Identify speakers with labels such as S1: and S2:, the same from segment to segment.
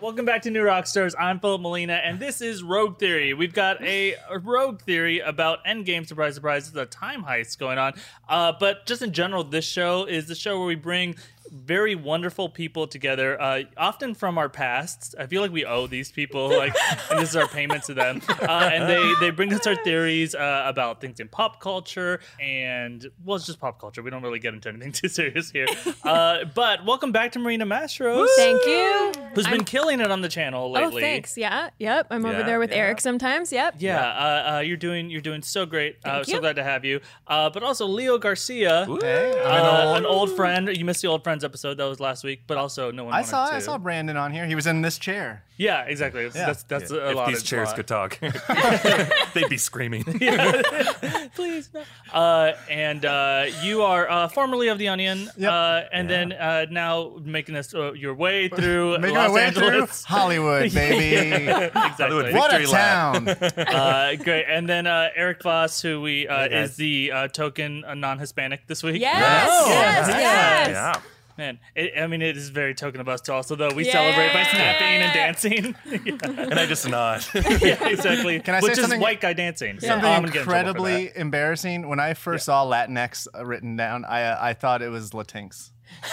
S1: welcome back to New Rock Stars. I'm Philip Molina, and this is Rogue Theory. We've got a Rogue Theory about Endgame. Surprise, surprise! The time heists going on. Uh, but just in general, this show is the show where we bring very wonderful people together, uh, often from our pasts. I feel like we owe these people, like, and this is our payment to them. Uh, and they, they bring us our theories uh, about things in pop culture and, well, it's just pop culture. We don't really get into anything too serious here. Uh, but welcome back to Marina Mastros,
S2: Thank you.
S1: who's been
S2: I'm-
S1: killing it on the channel lately.
S2: Oh, thanks. Yeah. Yep. I'm over
S3: Yeah,
S2: there with
S3: yeah.
S2: Eric sometimes. Yep.
S1: Yeah, Uh, uh, you're doing you're doing so great. uh,
S2: Thank
S1: So
S2: you.
S1: glad to have you. Uh, but also Leo Garcia,
S3: Hey,
S1: uh,
S3: I'm an old-
S1: an old friend. You missed the old friends episode that was last week, but also no one.
S4: I
S1: wanted
S4: saw
S1: to.
S4: I saw Brandon on here. He was in this chair.
S1: Yeah, exactly. That's that's, that's a
S3: if
S1: lot.
S3: these
S1: it's a
S3: chairs
S1: lot.
S3: could talk, they'd be screaming.
S1: please no. Uh, and uh, you are uh, formerly of the Onion,
S4: Yep.
S1: uh, and then uh, now making this uh, your way through
S4: Making
S1: Los
S4: our way through
S1: Angeles.
S4: Hollywood, baby.
S1: exactly.
S3: Hollywood.
S4: what a
S3: Victory lap.
S4: town.
S1: uh, great. And then uh, Eric Voss, who we uh,
S3: Hey, guys.
S1: is the uh, token uh, non-Hispanic this week.
S2: Yes.
S4: Oh,
S2: Yes.
S4: nice.
S2: Yes.
S3: Yeah.
S1: Man, it, I mean, it is very token of us to also though we celebrate by
S2: Yeah.
S1: snapping and dancing. yeah.
S3: And I just nod.
S1: yeah, exactly.
S4: Can I say
S1: Which is
S4: something-
S1: white guy dancing.
S4: Something
S1: I'm gonna get in trouble for that.
S4: incredibly embarrassing. When I first saw Latinx uh, written down, I uh, I thought it was Latinx.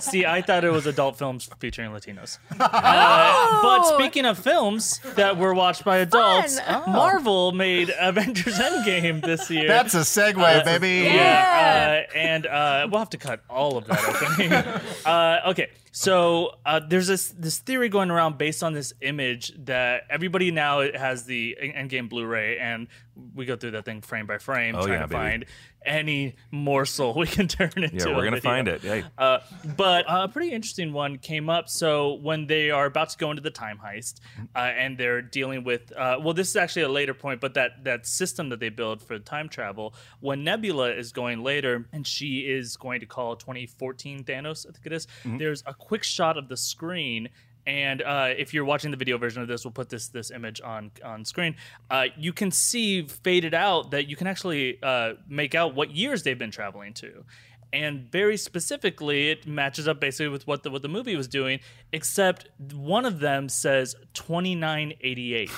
S1: See, I thought it was adult films featuring Latinos. Uh, but speaking of films that were watched by adults,
S2: Oh. Fun. Oh.
S1: Marvel made Avengers Endgame this year.
S4: That's a segue, baby.
S1: yeah, uh, and uh, we'll have to cut all of that opening. uh, okay, so uh, there's this this theory going around based on this image that everybody now has the En- Endgame Blu-ray, and we go through that thing frame by frame,
S3: Oh,
S1: trying
S3: yeah,
S1: to
S3: baby.
S1: find any morsel we can turn into.
S3: Yeah,
S1: a
S3: we're gonna
S1: video.
S3: find it. Hey.
S1: Uh, but a pretty interesting one came up. So when they are about to go into the time heist, uh, and they're dealing with, uh, well, this is actually a later point, but that that system that they build for time travel. When Nebula is going later, and she is going to call 2014 Thanos, I think it is, There's a quick shot of the screen. And uh, if you're watching the video version of this, we'll put this this image on on screen. Uh, you can see faded out that you can actually uh, make out what years they've been traveling to and very specifically it matches up basically with what the what the movie was doing except one of them says 2988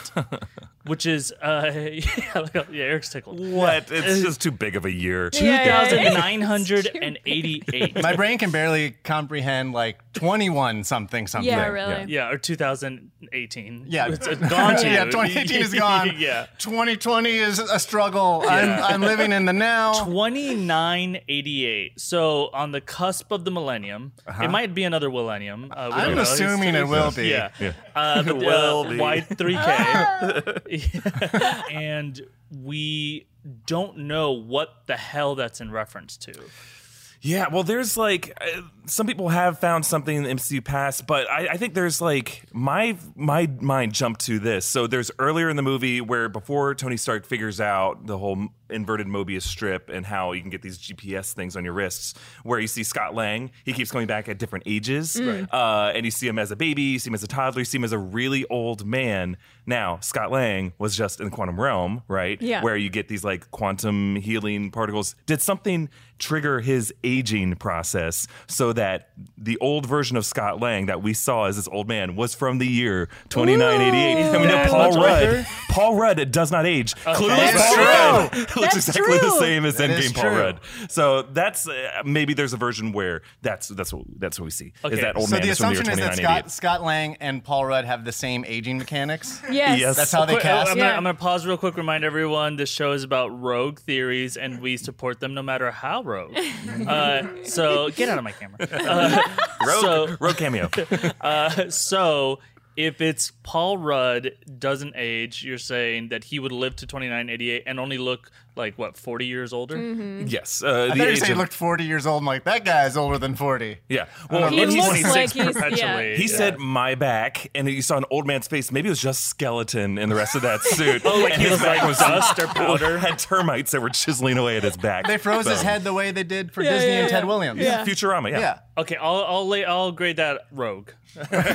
S1: which is uh yeah, look up- yeah Eric's tickled
S3: What? It's just too big of a year.
S2: yeah, yeah.
S1: 2988
S4: My brain can barely comprehend like 21 something something.
S2: Yeah, really.
S1: yeah or 2018
S4: Yeah.
S1: it's it's gone to
S4: Yeah,
S1: you.
S4: 2018 is gone.
S1: yeah
S4: 2020 is a struggle. I'm, I'm living in the now.
S1: 2988 so on the cusp of the millennium it might be another millennium uh, we don't
S4: Uh-huh. I'm
S1: know.
S4: assuming it will be.
S1: Yeah. Uh, but,
S3: Will
S1: uh,
S3: be.
S2: Oh.
S1: Y3K. and we don't know what the hell that's in reference to.
S3: Yeah, well, there's like uh, some people have found something in the MCU past, but I, I think there's like my my mind jumped to this. So there's earlier in the movie where before Tony Stark figures out the whole inverted Mobius strip and how you can get these GPS things on your wrists, where you see Scott Lang, he keeps going back at different ages, uh, and you see him as a baby, you see him as a toddler, you see him as a really old man. Now Scott Lang was just in the quantum realm, right?
S2: Yeah.
S3: Where where you get these like quantum healing particles. Did something trigger his aging process so that the old version of Scott Lang that we saw as this old man was from the year 2988? And we know
S1: that
S3: Paul
S1: much
S3: Rudd.
S1: older?
S3: Paul Rudd does not age. Clueless
S4: That's
S3: Paul
S4: true.
S3: Rudd looks
S2: That's
S3: exactly the
S2: true.
S3: same as
S4: That is
S3: Endgame Paul
S4: true.
S3: Rudd. So that's uh, maybe there's a version where that's that's what that's what we see.
S1: Okay.
S3: Is that old
S4: So
S3: man
S4: the
S3: is from the year
S4: assumption is that
S3: 2988?
S4: Scott, Scott Lang and Paul Rudd have the same aging mechanics.
S2: Yes.
S3: Yes.
S4: That's how they
S1: Quick- uh,
S4: cast.
S1: I'm, gonna,
S2: Yeah.
S1: I'm gonna pause real quick. Remind everyone this show is about rogue theories, and we support them no matter how rogue. Uh, so get out of my camera. Uh,
S3: Rogue,
S1: So-
S3: rogue cameo.
S1: uh, so if it's Paul Rudd doesn't age, you're saying that he would live to 2988 and only look like what 40 years older.
S2: Mm-hmm.
S3: yes. Uh,
S4: I
S3: the
S4: thought you
S3: age
S4: said he
S3: of-
S4: looked 40 years old. I'm like, that guy's older than 40.
S3: yeah. Well,
S4: don't know.
S2: He
S1: He's
S2: looks
S1: 26
S2: like he's- yeah.
S1: perpetually.
S3: He
S1: Yeah.
S3: said my back, and you saw an old man's face. Maybe it was just skeleton in the rest of that suit.
S1: Oh, like
S3: and
S1: he was like dust or
S3: powder had termites that were chiseling away at his back.
S4: They froze his
S3: Boom.
S4: head the way they did for Disney
S2: yeah,
S4: and Ted
S2: yeah.
S4: Williams.
S2: Yeah.
S3: Futurama, yeah.
S4: Yeah.
S1: Okay, I'll I'll lay, I'll grade that rogue. that's a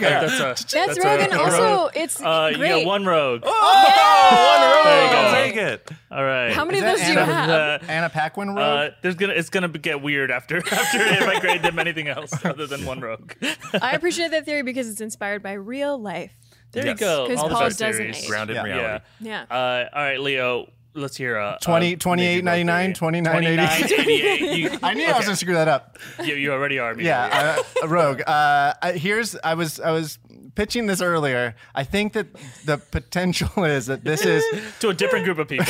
S2: That's,
S1: a-
S2: rogue, and
S1: a
S2: also it's
S1: Uh, you
S2: great.
S1: got one rogue.
S3: Oh, one row.
S1: There you go. Oh.
S3: I'll take it.
S1: All right.
S2: How many
S4: Is
S2: of
S4: that
S2: photos do you
S4: Anna,
S2: have?
S1: Uh,
S4: Anna Paquin rogue.
S1: Uh, there's gonna it's gonna be- get weird after after if I grade them anything else other than one rogue.
S2: I appreciate that theory because it's inspired by real life.
S1: There you
S3: Yes.
S1: go.
S2: 'Cause
S1: All the
S2: Paul
S1: best
S2: doesn't
S1: theories.
S2: age.
S3: grounded
S4: Yeah.
S3: in
S1: Yeah.
S3: reality.
S2: Yeah.
S1: Uh, all right, Leo. Let's hear uh, a
S4: 20
S1: a
S4: 28.99, 29.88.
S1: 29.88. You,
S4: I knew I was gonna screw that up.
S1: you, you already are. Maybe.
S4: Yeah, uh, Rogue. Uh, I- here's I was I was pitching this earlier. I think that the potential is that this is
S1: to a different group of people.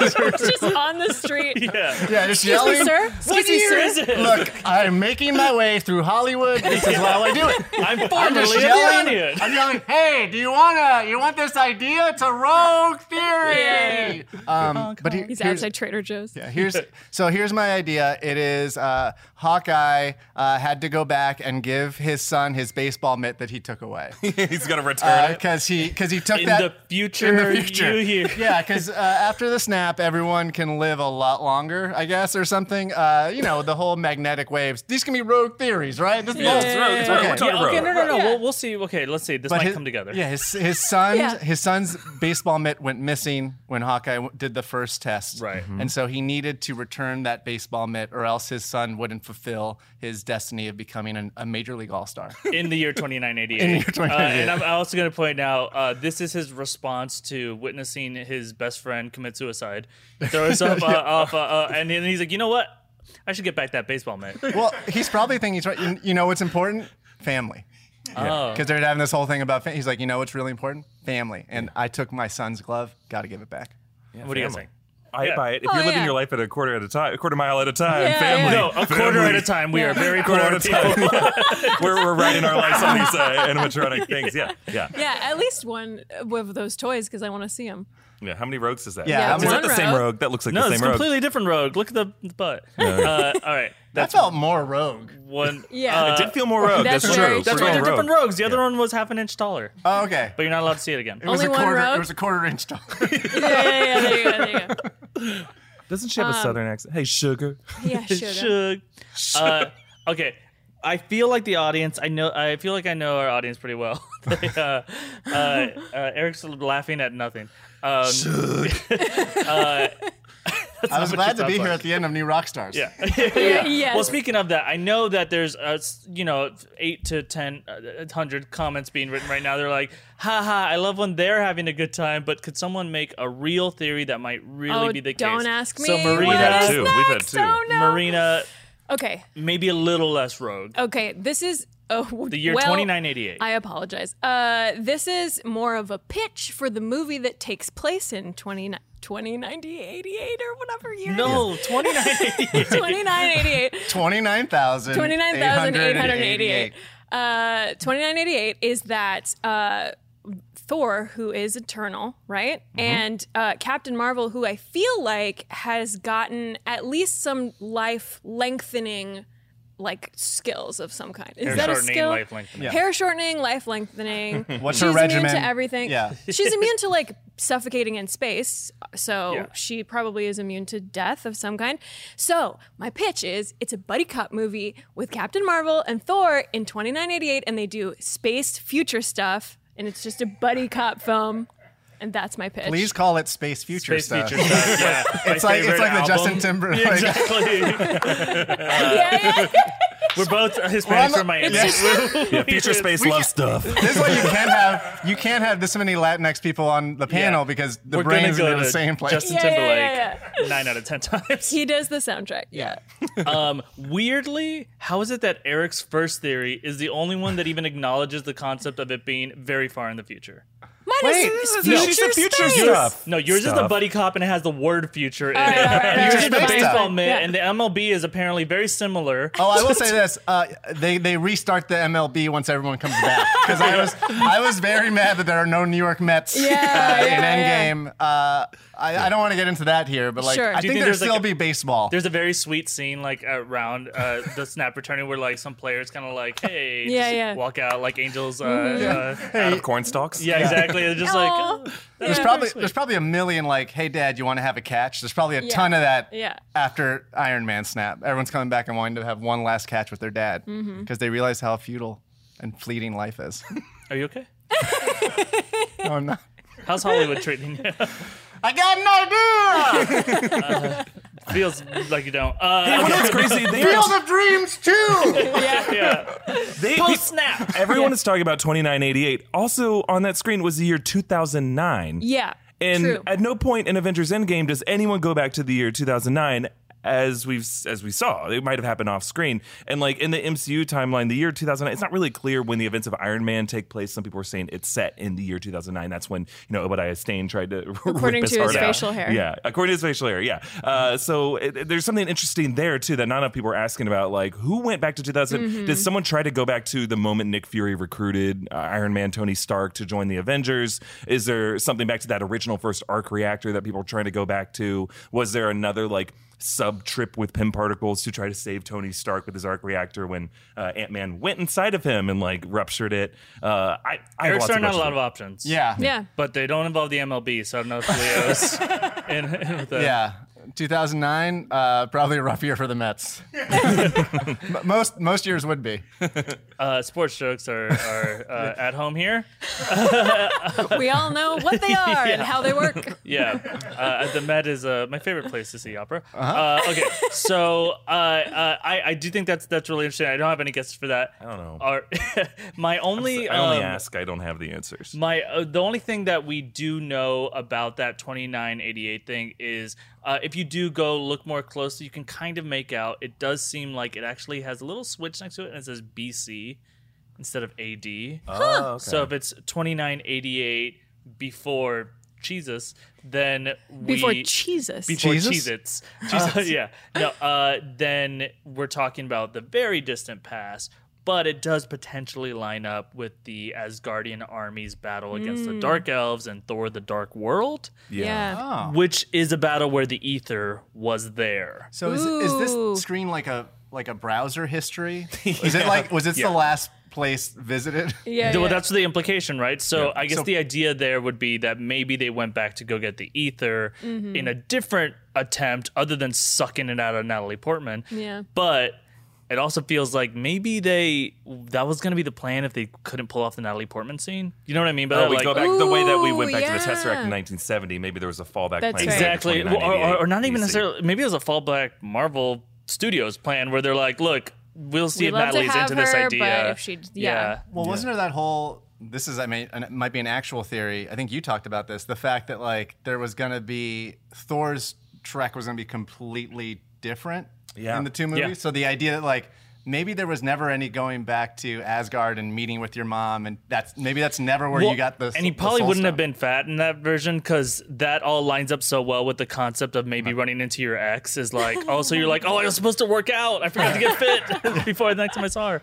S2: It's just on the street.
S1: yeah.
S4: yeah,
S2: Excuse
S4: just
S2: me,
S4: yelling.
S2: sir.
S1: What
S2: Excuse me,
S1: year
S2: sir.
S1: is it?
S4: Look, I'm making my way through Hollywood. This is how I do it.
S1: I'm
S4: I'm just
S1: formerly of the
S4: yelling.
S1: audience.
S4: I'm yelling. Hey, do you wanna? You want this idea? It's a rogue theory. Um, but he-
S2: Oh, He's
S4: here's-
S2: outside Trader Joe's.
S4: Yeah, here's so here's my idea. It is uh, Hawkeye uh, had to go back and give his son his baseball mitt that he took away
S3: He's gonna return it.
S4: because he because he took
S1: In
S4: that
S1: the future, you hear.
S4: yeah, because uh, after the snap, everyone can live a lot longer, I guess, or something. Uh, you know, the whole magnetic waves. These can be rogue theories, right? This,
S3: Yeah, it's rogue, it's rogue,
S4: Okay.
S3: We're talking
S1: Yeah, okay,
S3: rogue.
S1: no, no, no.
S2: Yeah.
S1: We'll, we'll see. Okay, let's see. This
S4: but
S1: might
S4: his-
S1: come together.
S4: Yeah, his his son's
S2: Yeah.
S4: his son's baseball mitt went missing when Hawkeye w- did the first test,
S1: Right. Mhm.
S4: And so he needed to return that baseball mitt, or else his son wouldn't fulfill his destiny of becoming an, a major league all star.
S1: in the year 2988.
S4: In the year 2988.
S1: Uh, and I'm also going to point out uh, this is his response to witnessing his best friend commit suicide. Throw himself uh, off, uh, uh, and then he's like, you know what? I should get back that baseball mitt.
S4: well, he's probably thinking he's right. You, you know what's important? Family.
S1: Oh.
S4: Because they're having this whole thing about. Fa- he's like, you know what's really important? Family. And I took my son's glove. Got to give it back.
S1: what do you guys
S3: family.
S1: think?
S3: I
S1: Yeah.
S3: buy it. If
S2: Oh,
S3: you're living
S2: yeah.
S3: your life at a quarter at a time, a quarter mile at a time,
S2: Yeah,
S3: family.
S2: yeah.
S1: No, a quarter at a time. We are very poor
S3: Quarter at a
S1: people.
S3: time. we're, we're riding our lives on these uh, animatronic things. Yeah, yeah, yeah.
S2: Yeah, at least one of those toys because I want to see them.
S3: How many rogues is that?
S4: Yeah, Yeah,
S3: is
S4: I'm
S3: that
S2: one
S3: the same
S2: rogue.
S3: rogue? That looks like
S1: No,
S3: the
S1: it's
S3: same
S1: a
S3: rogue.
S1: completely different rogue. Look at the the butt. Uh, all right,
S4: That
S1: that's
S4: felt more rogue.
S1: one.
S2: Yeah.
S1: uh,
S2: It
S3: Did feel more rogue. That's,
S2: That's very
S3: true.
S2: true.
S1: that's
S3: We're
S1: why
S3: going
S1: they're different
S3: rogue.
S1: rogues. The other one was half an inch taller,
S4: Oh, okay.
S1: but you're not allowed to see it
S3: Oh,
S1: again.
S4: it was
S2: Only
S4: a
S2: one
S4: quarter.
S2: rogue?
S4: It was a quarter inch tall.
S2: Yeah, yeah, yeah. There you go. There you go.
S3: Doesn't she have a southern accent? Hey, sugar.
S2: Yeah, sugar.
S1: Shug. Uh, okay. I feel like the audience. I know. I feel like I know our audience pretty well. They, uh, uh, uh, Eric's laughing at nothing. Um,
S4: I was
S1: what
S4: glad
S1: she
S4: to
S1: sounds
S4: be here
S1: like.
S4: at the end of New Rock Stars.
S1: yeah.
S2: Yeah, yes.
S1: Well, speaking of that, I know that there's uh, s- you know eight to ten uh, hundred comments being written right now. They're like, haha, I love when they're having a good time, but could someone make a real theory that might really
S2: oh,
S1: be the case?
S2: don't ask me.
S1: So
S2: what
S1: Marina,
S2: is
S3: Two. We've had
S2: next?
S3: two.
S2: Oh, no.
S1: Marina,
S2: Okay.
S1: maybe a little less rogue.
S2: Okay. This is oh,
S1: The year
S2: well,
S1: twenty nine eighty eight.
S2: I apologize. Uh, this is more of a pitch for the movie that takes place in 20, 2090, 88 or whatever year.
S1: No, 2988.
S2: 2988.
S4: 29,000.
S2: 29,888. Uh, 2988 is that uh, Thor, who is eternal, right?
S4: Mm-hmm.
S2: And uh, Captain Marvel, who I feel like has gotten at least some life lengthening like skills of some kind. Is
S1: Hair
S2: that a
S1: shortening,
S2: skill?
S1: life lengthening. Yeah.
S2: Hair shortening, life lengthening.
S4: What's
S2: She's
S4: her
S2: immune
S4: regimen?
S2: to everything.
S4: Yeah.
S2: She's immune to like suffocating in space. So
S1: Yeah.
S2: she probably is immune to death of some kind. So my pitch is it's a buddy cop movie with Captain Marvel and Thor in 2988, and they do space future stuff, and it's just a buddy cop film. And that's my pitch.
S4: Please call it Space Future
S1: Space
S4: stuff.
S1: feature stuff. Yeah. My
S4: It's like it's
S1: favorite
S4: like the Justin
S1: album.
S4: Timberlake.
S1: Exactly.
S2: yeah, yeah.
S1: We're both
S4: Well, I'm
S1: Hispanics
S4: not-
S1: from Miami.
S4: it's
S3: Yeah, future space love stuff.
S4: This is why you can't have you can't have this many Latinx people on the panel because the
S1: We're gonna
S4: brains
S1: go
S4: are in the
S1: to
S4: same place.
S1: Justin
S2: Yeah, yeah,
S1: Timberlake.
S2: yeah,
S1: Nine out of ten times.
S2: He does the soundtrack. Yeah.
S1: Um, weirdly, how is it that Eric's first theory is the only one that even acknowledges the concept of it being very far in the future?
S2: Mine
S4: Wait,
S2: is
S4: this is-
S2: future
S4: no, she
S3: said future
S2: space.
S3: stuff.
S1: No, yours is the
S3: Stuff.
S1: buddy cop and it has the word future in it.
S2: right, all right,
S1: And
S2: all
S1: yours
S4: right,
S1: is the
S4: all right.
S1: baseball
S4: Oh, Yeah.
S1: mitt, and the MLB is apparently very similar.
S4: Oh, I will say this: uh, they they restart the MLB once everyone comes back because I was I was very mad that there are no New York Mets
S2: Yeah,
S4: uh,
S2: yeah,
S4: in Endgame. Uh, I, I don't want to get into that here, but like
S2: Sure.
S4: I
S2: Do
S1: you
S4: think,
S1: think
S4: there'd
S1: there's, like,
S4: still
S1: a-
S4: be baseball.
S1: There's a very sweet scene like around uh, the snap returning where like some players kind of like, hey,
S2: Yeah,
S1: just
S2: yeah.
S1: walk out like angels. Uh,
S4: Mm-hmm.
S1: uh,
S3: Out of corn stalks.
S1: yeah, exactly. They're just like,
S2: Aw.
S1: "Oh,
S2: There's
S4: There's
S1: that's
S4: probably
S1: very
S4: there's
S1: sweet."
S4: probably a million like, hey dad, you want to have a catch? There's probably a ton of that
S2: Yeah.
S4: after Iron Man snap. Everyone's coming back and wanting to have one last catch with their dad because
S2: Mm-hmm.
S4: they realize how futile and fleeting life is.
S1: Are you okay?
S4: oh no.
S1: How's Hollywood treating you?
S4: I got an idea.
S1: Feels like you don't. Uh,
S3: You know what's crazy? They are-
S4: Field of Dreams too.
S1: yeah.
S3: they-
S1: Post snap.
S3: Everyone is talking about 2988. Also on that screen was the year 2009.
S2: Yeah.
S3: And
S2: true.
S3: at no point in Avengers Endgame does anyone go back to the year 2009 as we've as we saw. It might have happened off screen. And like in the MCU timeline, the year 2009, it's not really clear when the events of Iron Man take place. Some people are saying it's set in the year 2009. That's when, you know, Obadiah Stane tried to
S2: According
S3: rip
S2: to his
S3: heart out.
S2: facial hair.
S3: Yeah, according to his facial hair. Yeah. Uh, so it, it- there's something interesting there too that not enough people are asking about like who went back to 2000 did someone try to go back to the moment Nick Fury recruited uh, Iron Man Tony Stark to join the Avengers? Is there something back to that original first arc reactor that people are trying to go back to? Was there another like sub trip with Pym particles to try to save Tony Stark with his arc reactor when uh, Ant Man went inside of him and like ruptured it? Uh, I, I have
S1: Eric's
S3: lots of
S1: are not a lot
S3: questions.
S1: of options.
S4: yeah.
S2: Yeah.
S1: But they don't involve the MLB, so I don't know if Leo's in, in with that.
S4: Yeah. 2009, uh, probably a rough year for the Mets. M- most most years would be.
S1: Uh, sports jokes are, are uh, at home here.
S2: We all know what they are and how they work.
S1: Yeah, uh, the Met is uh, my favorite place to see opera. uh
S3: Uh-huh.
S1: okay, so uh, uh, I I do think that's that's really interesting. I don't have any guesses for that. I
S3: don't know.
S1: my only
S3: I only
S1: um,
S3: ask. I don't have the answers.
S1: My uh, the only thing that we do know about that 2988 thing is uh, if you do go look more closely, you can kind of make out it does seem like it actually has a little switch next to it and it says BC instead of AD.
S3: Oh, okay.
S1: So if it's 2988 before Jesus, then we
S2: Before Jesus.
S1: before
S4: Jesus?
S1: Cheez-Its. Uh, yeah. No, uh, then we're talking about the very distant past, but it does potentially line up with the Asgardian army's battle against the Dark Elves and Thor the Dark World,
S2: yeah.
S1: which is a battle where the ether was there.
S4: So is, is
S2: Ooh.
S4: this screen like a like a browser history? Is it like was this the last place visited?
S2: Yeah.
S1: Well,
S2: yeah.
S1: that's the implication, right? So I guess
S4: So-
S1: the idea there would be that maybe they went back to go get the ether
S2: Mm-hmm.
S1: in a different attempt, other than sucking it out of Natalie Portman.
S2: Yeah.
S1: But it also feels like maybe they that was going to be the plan if they couldn't pull off the Natalie Portman scene. You know what I mean? By
S3: Oh,
S1: that,
S3: we
S1: like,
S3: go back the way that we went
S2: Ooh,
S3: back to the Tesseract in
S2: yeah.
S3: 1970. Maybe there was a fallback
S2: That's
S3: plan.
S2: right.
S1: exactly, or, or,
S3: 2988
S1: or not even
S3: BC.
S1: necessarily. Maybe it was a fallback Marvel Studios plan where they're like, look. We'll see
S2: We'd
S1: if
S2: love to
S1: Natalie's
S2: have
S1: into this
S2: her,
S1: idea.
S2: but if she'd- yeah.
S4: Well, wasn't there that whole? This is I mean, and it might be an actual theory. I think you talked about this. The fact that like there was gonna be Thor's trek was gonna be completely different
S3: Yeah.
S4: in the two movies.
S1: Yeah.
S4: So the idea that like maybe there was never any going back to Asgard and meeting with your mom, and that's maybe that's never where
S1: Well,
S4: you got the.
S1: And he
S4: the
S1: probably
S4: soul
S1: wouldn't
S4: stone.
S1: have been fat in that version because that all lines up so well with the concept of maybe running into your ex is like, also, you're like, oh, I was supposed to work out. I forgot to get fit before the next time I saw her.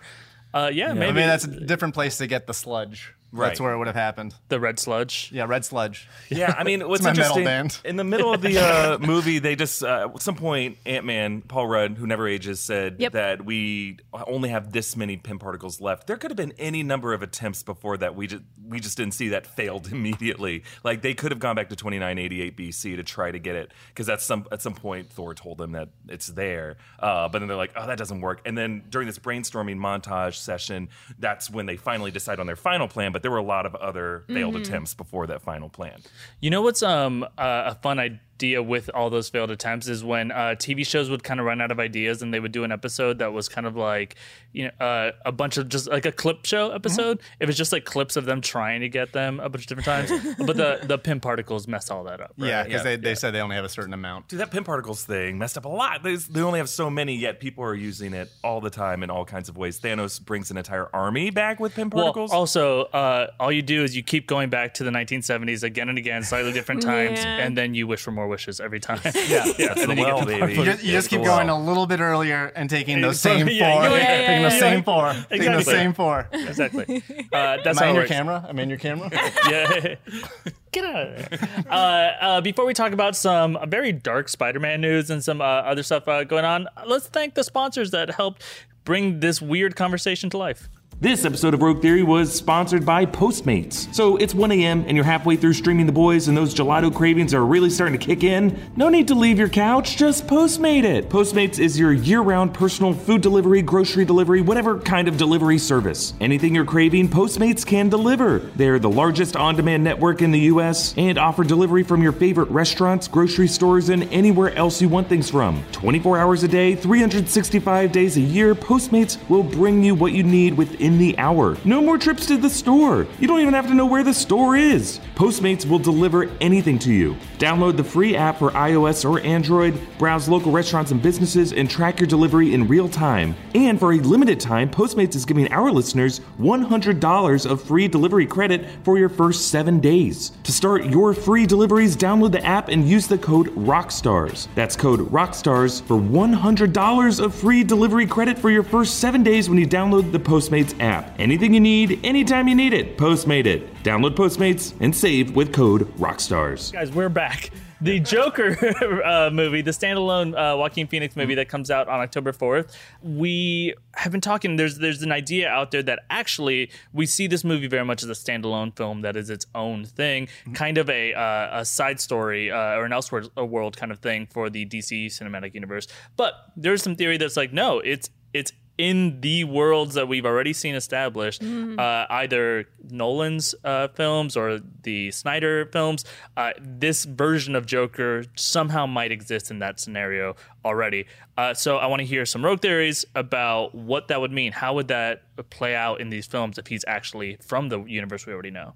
S1: Uh, yeah,
S4: I
S1: maybe
S4: mean, that's a different place to get the sludge.
S3: Right.
S4: That's where it would have happened.
S1: the red sludge.
S4: Yeah, red sludge.
S3: Yeah, I mean, what's
S4: my metal
S3: interesting
S4: band.
S3: in the middle of the uh, movie, they just uh, at some point, Ant Man, Paul Rudd, who never ages, said
S2: Yep.
S3: that we only have this many pin particles left. There could have been any number of attempts before that. We just we just didn't see that failed immediately. Like they could have gone back to 2988 BC to try to get it because that's some at some point Thor told them that it's there. Uh, but then they're like, oh, that doesn't work. And then during this brainstorming montage session, that's when they finally decide on their final plan. But there were a lot of other failed attempts before that final plan.
S1: You know what's um uh, a fun idea with all those failed attempts is when uh, TV shows would kind of run out of ideas and they would do an episode that was kind of like you know uh, a bunch of just like a clip show episode. It was just like clips of them trying to get them a bunch of different times, but the the pin particles messed all that up. Right?
S4: Yeah, because they, they said they only have a certain amount.
S3: Dude, that pin particles thing messed up a lot. They, they only have so many, yet people are using it all the time in all kinds of ways. Thanos brings an entire army back with pin particles.
S1: Well, also, uh, all you do is you keep going back to the 1970s again and again, slightly different times,
S2: Yeah.
S1: and then you wish for more wishes every time. yeah, yeah.
S3: That's
S1: And
S3: the
S1: then you
S3: well,
S1: get more wishes.
S3: baby.
S4: You just, you
S3: Yeah,
S4: just keep
S3: it's a
S4: going
S3: wow.
S4: a little bit earlier and taking those
S1: Yeah,
S4: same four.
S1: yeah, yeah,
S2: yeah,
S4: Taking those
S2: yeah.
S4: same four. Taking
S1: Exactly.
S4: those same four.
S1: Exactly. Uh, that's
S4: Am
S1: how
S4: I
S1: it
S4: in your
S1: works.
S4: camera? I'm in your camera.
S1: yeah. Get out of there. Uh, uh, before we talk about some very dark Spider Man news and some uh, other stuff uh, going on, let's thank the sponsors that helped bring this weird conversation to life.
S3: This episode of Rogue Theory was sponsored by Postmates. So it's 1 a.m. and you're halfway through streaming The Boys, and those gelato cravings are really starting to kick in. No need to leave your couch, just Postmate it. Postmates is your year round personal food delivery, grocery delivery, whatever kind of delivery service. Anything you're craving, Postmates can deliver. They're the largest on demand network in the U.S. and offer delivery from your favorite restaurants, grocery stores, and anywhere else you want things from. 24 hours a day, 365 days a year, Postmates will bring you what you need within the hour. No more trips to the store. You don't even have to know where the store is. Postmates will deliver anything to you. Download the free app for iOS or Android, browse local restaurants and businesses, and track your delivery in real time. And for a limited time, Postmates is giving our listeners $100 of free delivery credit for your first seven days. To start your free deliveries, download the app and use the code ROCKSTARS. That's code ROCKSTARS for $100 of free delivery credit for your first seven days when you download the Postmates app. Anything you need, anytime you need it, Postmate it. Download Postmates and save with code ROCKSTARS.
S1: guys, we're back. The Joker uh, movie, the standalone uh, Joaquin Phoenix movie that comes out on October fourth. We have been talking. There's there's an idea out there that actually we see this movie very much as a standalone film that is its own thing, kind of a uh, a side story uh, or an elsewhere world kind of thing for the DC cinematic universe. But there's some theory that's like, no, it's it's in the worlds that we've already seen established,
S2: Mm-hmm.
S1: uh, either Nolan's uh, films or the Snyder films, uh, this version of Joker somehow might exist in that scenario already. Uh, so I want to hear some rogue theories about what that would mean. How would that play out in these films if he's actually from the universe we already know?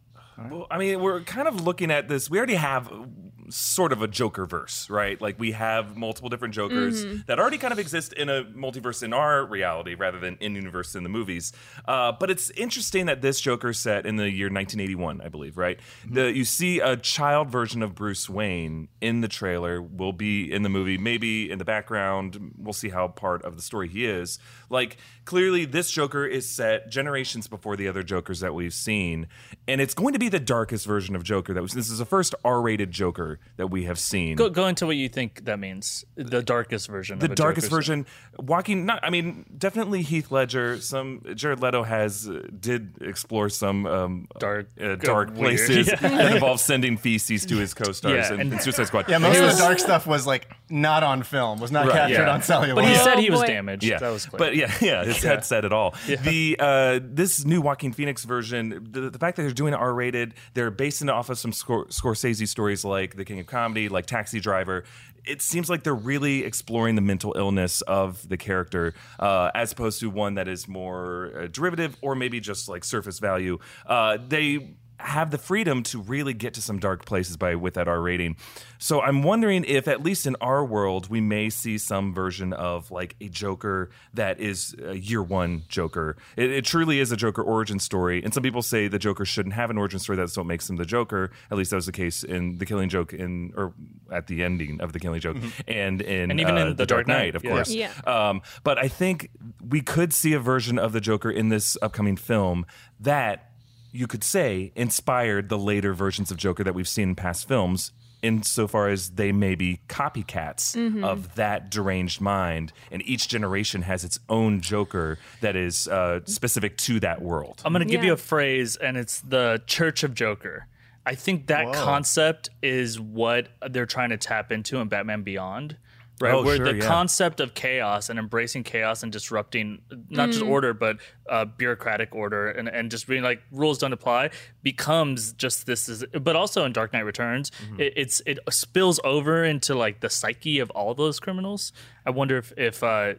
S3: Well, I mean, we're kind of looking at this. We already have uh, sort of a Joker verse, right? Like we have multiple different Jokers that already kind of exist in a multiverse in our reality rather than in universe in the movies. Uh, but it's interesting that this Joker set in the year 1981, I believe, right? The, you see a child version of Bruce Wayne in the trailer, will be in the movie, maybe in the background. We'll see how part of the story he is. Like, clearly, this Joker is set generations before the other Jokers that we've seen. And it's going to be the darkest version of Joker that was. This is the first R rated Joker that we have seen.
S1: Go, go into what you think that means. The darkest version.
S3: the
S1: of a
S3: darkest
S1: Joker's-
S3: version, walking. Not, I mean, definitely Heath Ledger. Some Jared Leto has uh, did explore some um,
S1: Dark-
S3: uh, dark
S1: weird.
S3: places
S1: Yeah.
S3: that involve sending feces to his co-stars
S1: Yeah,
S3: in,
S1: and-
S3: in Suicide Squad.
S4: Yeah, most of the dark stuff was like not on film, was not
S3: Right,
S4: captured
S3: yeah.
S4: on celluloid.
S1: But he
S2: Oh,
S1: said he was
S2: boy.
S1: damaged.
S3: Yeah,
S1: that was clear.
S3: but yeah, yeah, his headset at all. The uh, this new Joaquin Phoenix version, the, the fact that they're doing it R-rated, they're basing it off of some Scor- Scorsese stories like The King of Comedy, like Taxi Driver. It seems like they're really exploring the mental illness of the character, uh, as opposed to one that is more uh, derivative or maybe just like surface value. Uh, they have the freedom to really get to some dark places by with that R rating. So I'm wondering if at least in our world we may see some version of like a Joker that is a year one Joker. It, it truly is a Joker origin story, and some people say the Joker shouldn't have an origin story. That's what makes him the Joker. At least that was the case in the Killing Joke, in or at the ending of the Killing Joke, and in
S1: Mm-hmm. And even
S3: uh,
S1: in The Dark Knight,
S3: of
S1: yeah.
S3: course.
S2: Yeah.
S3: Um, but I think we could see a version of the Joker in this upcoming film that you could say inspired the later versions of Joker that we've seen in past films. Insofar as they may be copycats of that deranged mind, and each generation has its own Joker that is uh, specific to that world.
S1: I'm going to give
S2: Yeah.
S1: you a phrase, and it's the Church of Joker. I think that
S4: Whoa.
S1: concept is what they're trying to tap into in Batman Beyond. Right,
S3: Oh,
S1: where
S3: sure,
S1: the
S3: yeah.
S1: concept of chaos and embracing chaos and disrupting not just order but uh, bureaucratic order and, and just being like rules don't apply becomes just this is but also in Dark Knight Returns it, it's it spills over into like the psyche of all those criminals. I wonder if if uh,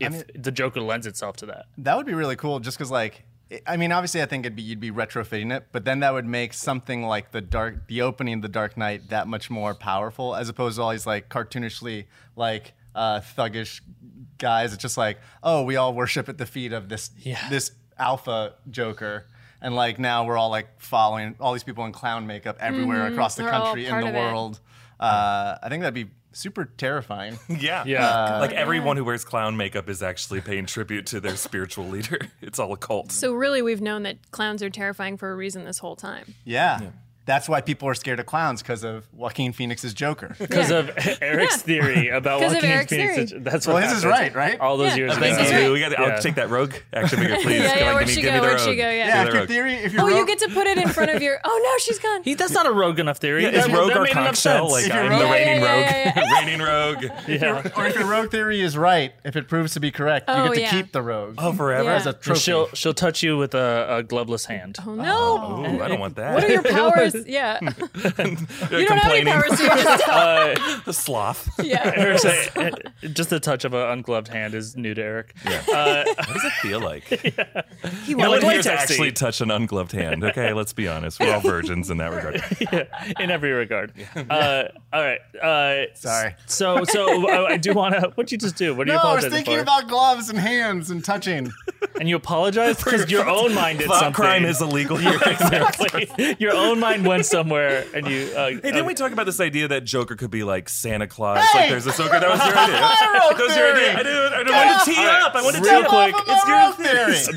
S1: if
S4: mean-
S1: the Joker lends itself to that.
S4: That would be really cool, just because like. I- I mean, obviously, I think it'd be you'd be retrofitting it, but then that would make something like the dark, the opening of the Dark Knight that much more powerful, as opposed to all these like cartoonishly like uh, thuggish guys. It's just like, oh, we all worship at the feet of this this alpha Joker, and like now we're all like following all these people in clown makeup everywhere across the
S2: We're Mm-hmm. all
S4: country in
S2: part
S4: the
S2: of it.
S4: world. Uh, I think that'd be super terrifying.
S3: Yeah.
S1: Yeah.
S3: like everyone who wears clown makeup is actually paying tribute to their spiritual leader. It's all a cult.
S2: So really, we've known that clowns are terrifying for a reason this whole time.
S4: yeah. That's why people are scared of clowns because of Joaquin Phoenix's Joker.
S1: because
S2: Yeah.
S1: of Eric's theory about
S2: 'Cause of
S1: Joaquin
S2: Eric's
S1: Phoenix.
S2: theory.
S1: That's what
S4: well, this is
S1: happened
S4: right, right?
S1: All those
S2: Yeah.
S1: years
S2: Oh,
S1: ago.
S3: Thank
S2: That's
S3: you.
S2: right.
S3: We got. I'll
S1: Yeah.
S3: take that rogue action figure, please.
S2: Yeah,
S3: Come
S2: yeah,
S3: on,
S2: where'd
S3: give me,
S2: she
S3: give
S2: go?
S3: me the
S2: Where'd
S3: rogue.
S2: she go? Yeah.
S3: Give me
S4: yeah,
S3: the
S4: if your
S3: rogue.
S4: theory, if your
S2: Oh, you
S4: rogue-
S2: get to put it in front of your. Oh no, she's gone.
S1: He, that's not a rogue enough theory.
S3: Yeah, is
S1: That-
S3: rogue
S1: that
S3: our
S1: made enough
S3: conch shell?
S1: sense.
S3: Like
S4: you're
S3: I'm
S4: rogue-
S3: the
S4: Yeah,
S3: reigning
S2: yeah,
S3: rogue.
S2: yeah,
S3: Reigning rogue.
S1: yeah.
S4: or if your rogue theory is right, if it proves to be correct,
S2: Oh,
S4: you get to
S2: yeah.
S4: keep the rogue
S3: Oh, forever.
S2: Yeah.
S4: as a
S1: And
S4: trophy.
S1: She'll she'll touch you with a, a gloveless hand.
S2: Oh no.
S3: Ooh, I don't want that.
S2: What are your powers? Yeah, you don't have any powers. So you're just
S3: The sloth.
S2: yeah.
S1: Eric's uh, just a touch of an ungloved hand is new to Eric. Uh,
S3: What does it feel like?
S2: He
S3: No one
S1: would
S2: won't.
S1: like
S3: here's
S1: to see.
S3: actually touched an ungloved hand. Okay, let's be honest. We're all virgins in that regard.
S1: in every regard. Uh, all right. Uh,
S4: Sorry.
S1: So, so I, I do want to. What'd you just do? What are you
S4: no, I was
S1: apologizing
S4: thinking
S1: for?
S4: about gloves and hands and touching.
S1: and you apologize because your own mind did
S3: Thought
S1: something.
S3: crime is illegal here.
S1: Exactly. your own mind went somewhere, and you. Uh,
S3: Hey, didn't
S1: uh,
S3: we talk about this idea that Joker could be like Santa Claus?
S4: Hey!
S3: Like, there's this Joker. That was your idea. that was your idea. I didn't, I didn't want to tee
S1: All right,
S3: up. I want to tee
S1: real
S3: up.
S1: quick.
S4: It's your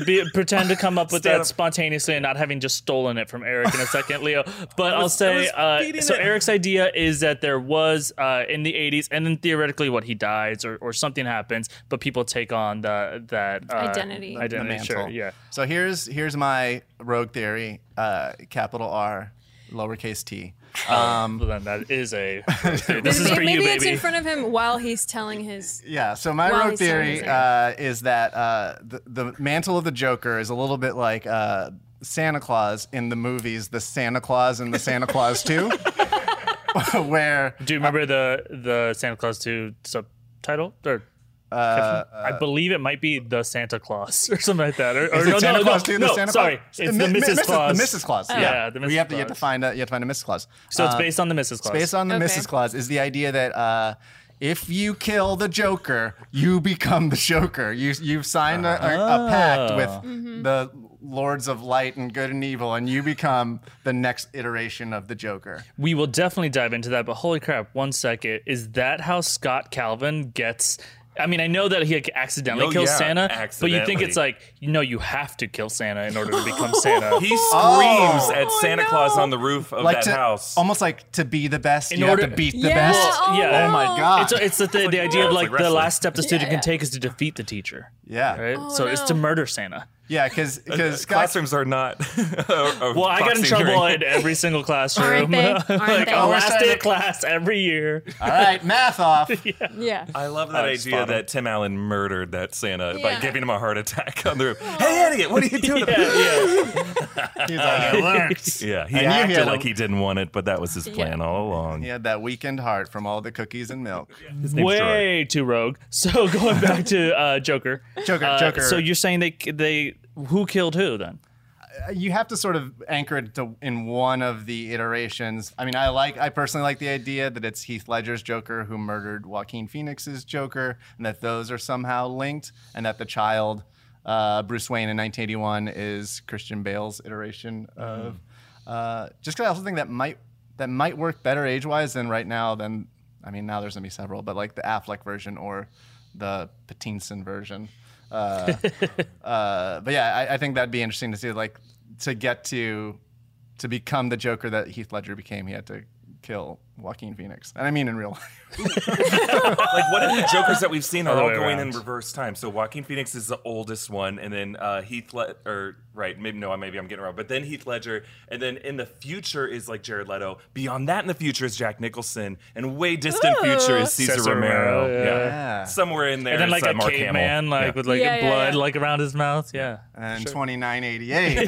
S4: theory.
S1: Be, pretend to come up with
S3: Stand
S1: that
S3: up.
S1: spontaneously and not having just stolen it from Eric in a second, Leo. But I'll say
S3: I was
S1: uh,
S3: feeding
S1: so.
S3: it.
S1: Eric's idea is that there was uh, in the '80s, and then theoretically, what he dies or, or something happens, but people take on the that uh,
S2: Identity. The
S1: Identity,
S4: the
S1: sure,
S4: mantle.
S1: yeah.
S4: So here's here's my rogue theory. Uh, capital R, lowercase t. Um,
S1: Well, then that is a. this is
S2: Maybe,
S1: for you,
S2: maybe it's
S1: baby.
S2: in front of him while he's telling his.
S4: yeah. So my
S2: Well,
S4: rogue
S2: he's doing
S4: theory
S2: his
S4: uh, is that uh, the, the mantle of the Joker is a little bit like uh, Santa Claus in the movies, the Santa Claus and the Santa Claus Two, where
S1: Do you remember the the Santa Claus two subtitle or? Uh, I believe it might be the Santa Claus or something like that. Or, or
S4: Is
S1: no,
S4: it Santa
S1: no,
S4: Claus
S1: no,
S4: too? The
S1: no,
S4: Santa
S1: sorry,
S4: Claus?
S1: it's
S4: Mi-
S1: the
S4: mi-
S1: Mrs. Claus.
S4: The Mrs. Claus. Yeah,
S1: yeah, the
S4: we
S1: Mrs.
S4: have to you have to
S1: Claus.
S4: find a you have to find a Mrs. Claus.
S1: So it's
S4: Uh,
S1: based on the Mrs. Claus.
S4: based on the
S2: Okay.
S4: Mrs. Claus is the idea that uh, if you kill the Joker, you become the Joker. You you've signed a, a, a pact with
S2: Mm-hmm.
S4: the Lords of Light and Good and Evil, and you become the next iteration of the Joker.
S1: we will definitely dive into that. But holy crap! One second, is that how Scott Calvin gets? I mean, I know that he like, accidentally
S3: Oh,
S1: kills
S3: yeah,
S1: Santa, but you think
S3: accidentally.
S1: it's like you know you have to kill Santa in order to become Santa.
S3: He screams at Santa
S2: no.
S3: Claus on the roof of
S4: Like
S3: that
S4: to
S3: house.
S4: almost like to be the best,
S1: In
S4: you
S1: order-
S4: have to beat the
S2: yeah.
S4: best.
S2: Oh,
S1: yeah.
S4: Oh
S2: no.
S4: my God!
S1: It's, it's the, the, the idea of
S3: it's
S1: like,
S3: like
S1: the
S3: wrestling.
S1: last step the student
S2: Yeah,
S1: can
S2: yeah.
S1: take is to defeat the teacher.
S4: yeah,
S1: Right?
S2: Oh,
S1: so it's
S2: no.
S1: to murder Santa.
S4: yeah, because because
S3: Classrooms are not. well,
S1: Well, I got in trouble in every single classroom.
S2: Aren't they? Aren't
S1: like
S2: they?
S1: our
S4: we're
S1: last day
S4: starting-
S1: of class every year.
S4: All right, math off.
S2: Yeah.
S3: I love that
S1: Oh, it's
S3: idea
S1: spot on.
S3: that Tim Allen murdered that Santa by
S2: Yeah.
S3: giving him a heart attack on the roof. Hey, idiot! What are you doing?
S1: Yeah, yeah.
S4: He's like, it works.
S3: Yeah, he
S4: I knew he
S3: acted
S4: had a-
S3: like he didn't want it, but that was his plan all along.
S4: He had that weekend heart from all the cookies and milk.
S3: His name's Gerard.
S1: Way too rogue. So going back to uh, Joker.
S4: Joker,
S1: Uh,
S4: Joker.
S1: So you're saying they they who killed who then?
S4: you have to sort of anchor it to, in one of the iterations. I mean, I like, I personally like the idea that it's Heath Ledger's Joker who murdered Joaquin Phoenix's Joker, and that those are somehow linked, and that the child, uh, Bruce Wayne in 1981, is Christian Bale's iteration of. Uh, just because I also think that might that might work better age wise than right now. Than I mean, now there's gonna be several, but like the Affleck version or the Pattinson version. Uh, Uh, but yeah, I, I think that'd be interesting to see. Like to get to to become the Joker that Heath Ledger became, he had to kill Joaquin Phoenix, and I mean in real life.
S3: Like, what if the Jokers that we've seen are
S1: Other
S3: all
S1: way
S3: going in
S1: around.
S3: reverse time? So Joaquin Phoenix is the oldest one, and then uh, Heath Ledger, or right? Maybe no, maybe I'm getting it wrong. But then Heath Ledger, and then in the future is like Jared Leto. Beyond that, in the future is Jack Nicholson, and way distant
S2: Ooh.
S3: future is Cesar,
S1: Cesar
S3: Romero.
S1: Romero, yeah.
S4: Yeah.
S3: somewhere in there.
S1: And then
S3: is,
S1: like
S3: uh,
S1: a
S3: Mark Hamill.
S1: caveman, like with like
S2: Yeah, yeah,
S1: blood
S2: yeah.
S1: like around his mouth. Yeah.
S4: And 2988.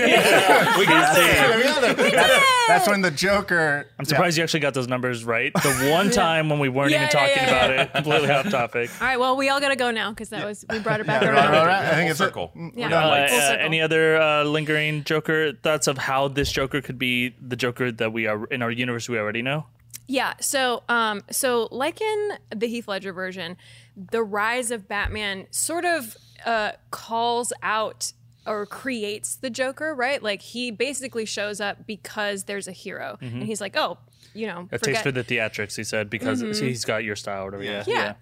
S3: We got it.
S4: that's, that's when the Joker.
S1: I'm surprised you actually got those numbers right. The one time when we weren't
S2: Yeah,
S1: even
S2: yeah,
S1: talking
S2: yeah,
S1: about
S2: yeah.
S1: it, completely off topic.
S2: All right. Well, we all gotta go now because that was we brought it back
S4: Yeah,
S2: around.
S4: right, right. I
S3: Full
S4: think it's Mm,
S3: circle.
S2: Yeah.
S1: Uh,
S3: like-
S2: Full
S1: uh,
S2: circle.
S1: any other uh, lingering Joker thoughts of how this Joker could be the Joker that we are in our universe we already know?
S2: Yeah. So, um, so like in the Heath Ledger version, the rise of Batman sort of uh, calls out or creates the Joker, right? Like he basically shows up because there's a hero, and he's like, oh, you know,
S1: It takes Mm-hmm.
S2: forget- Mm-hmm.
S1: for the theatrics, he said, because see, he's got your style or whatever.
S4: Yeah.
S2: yeah.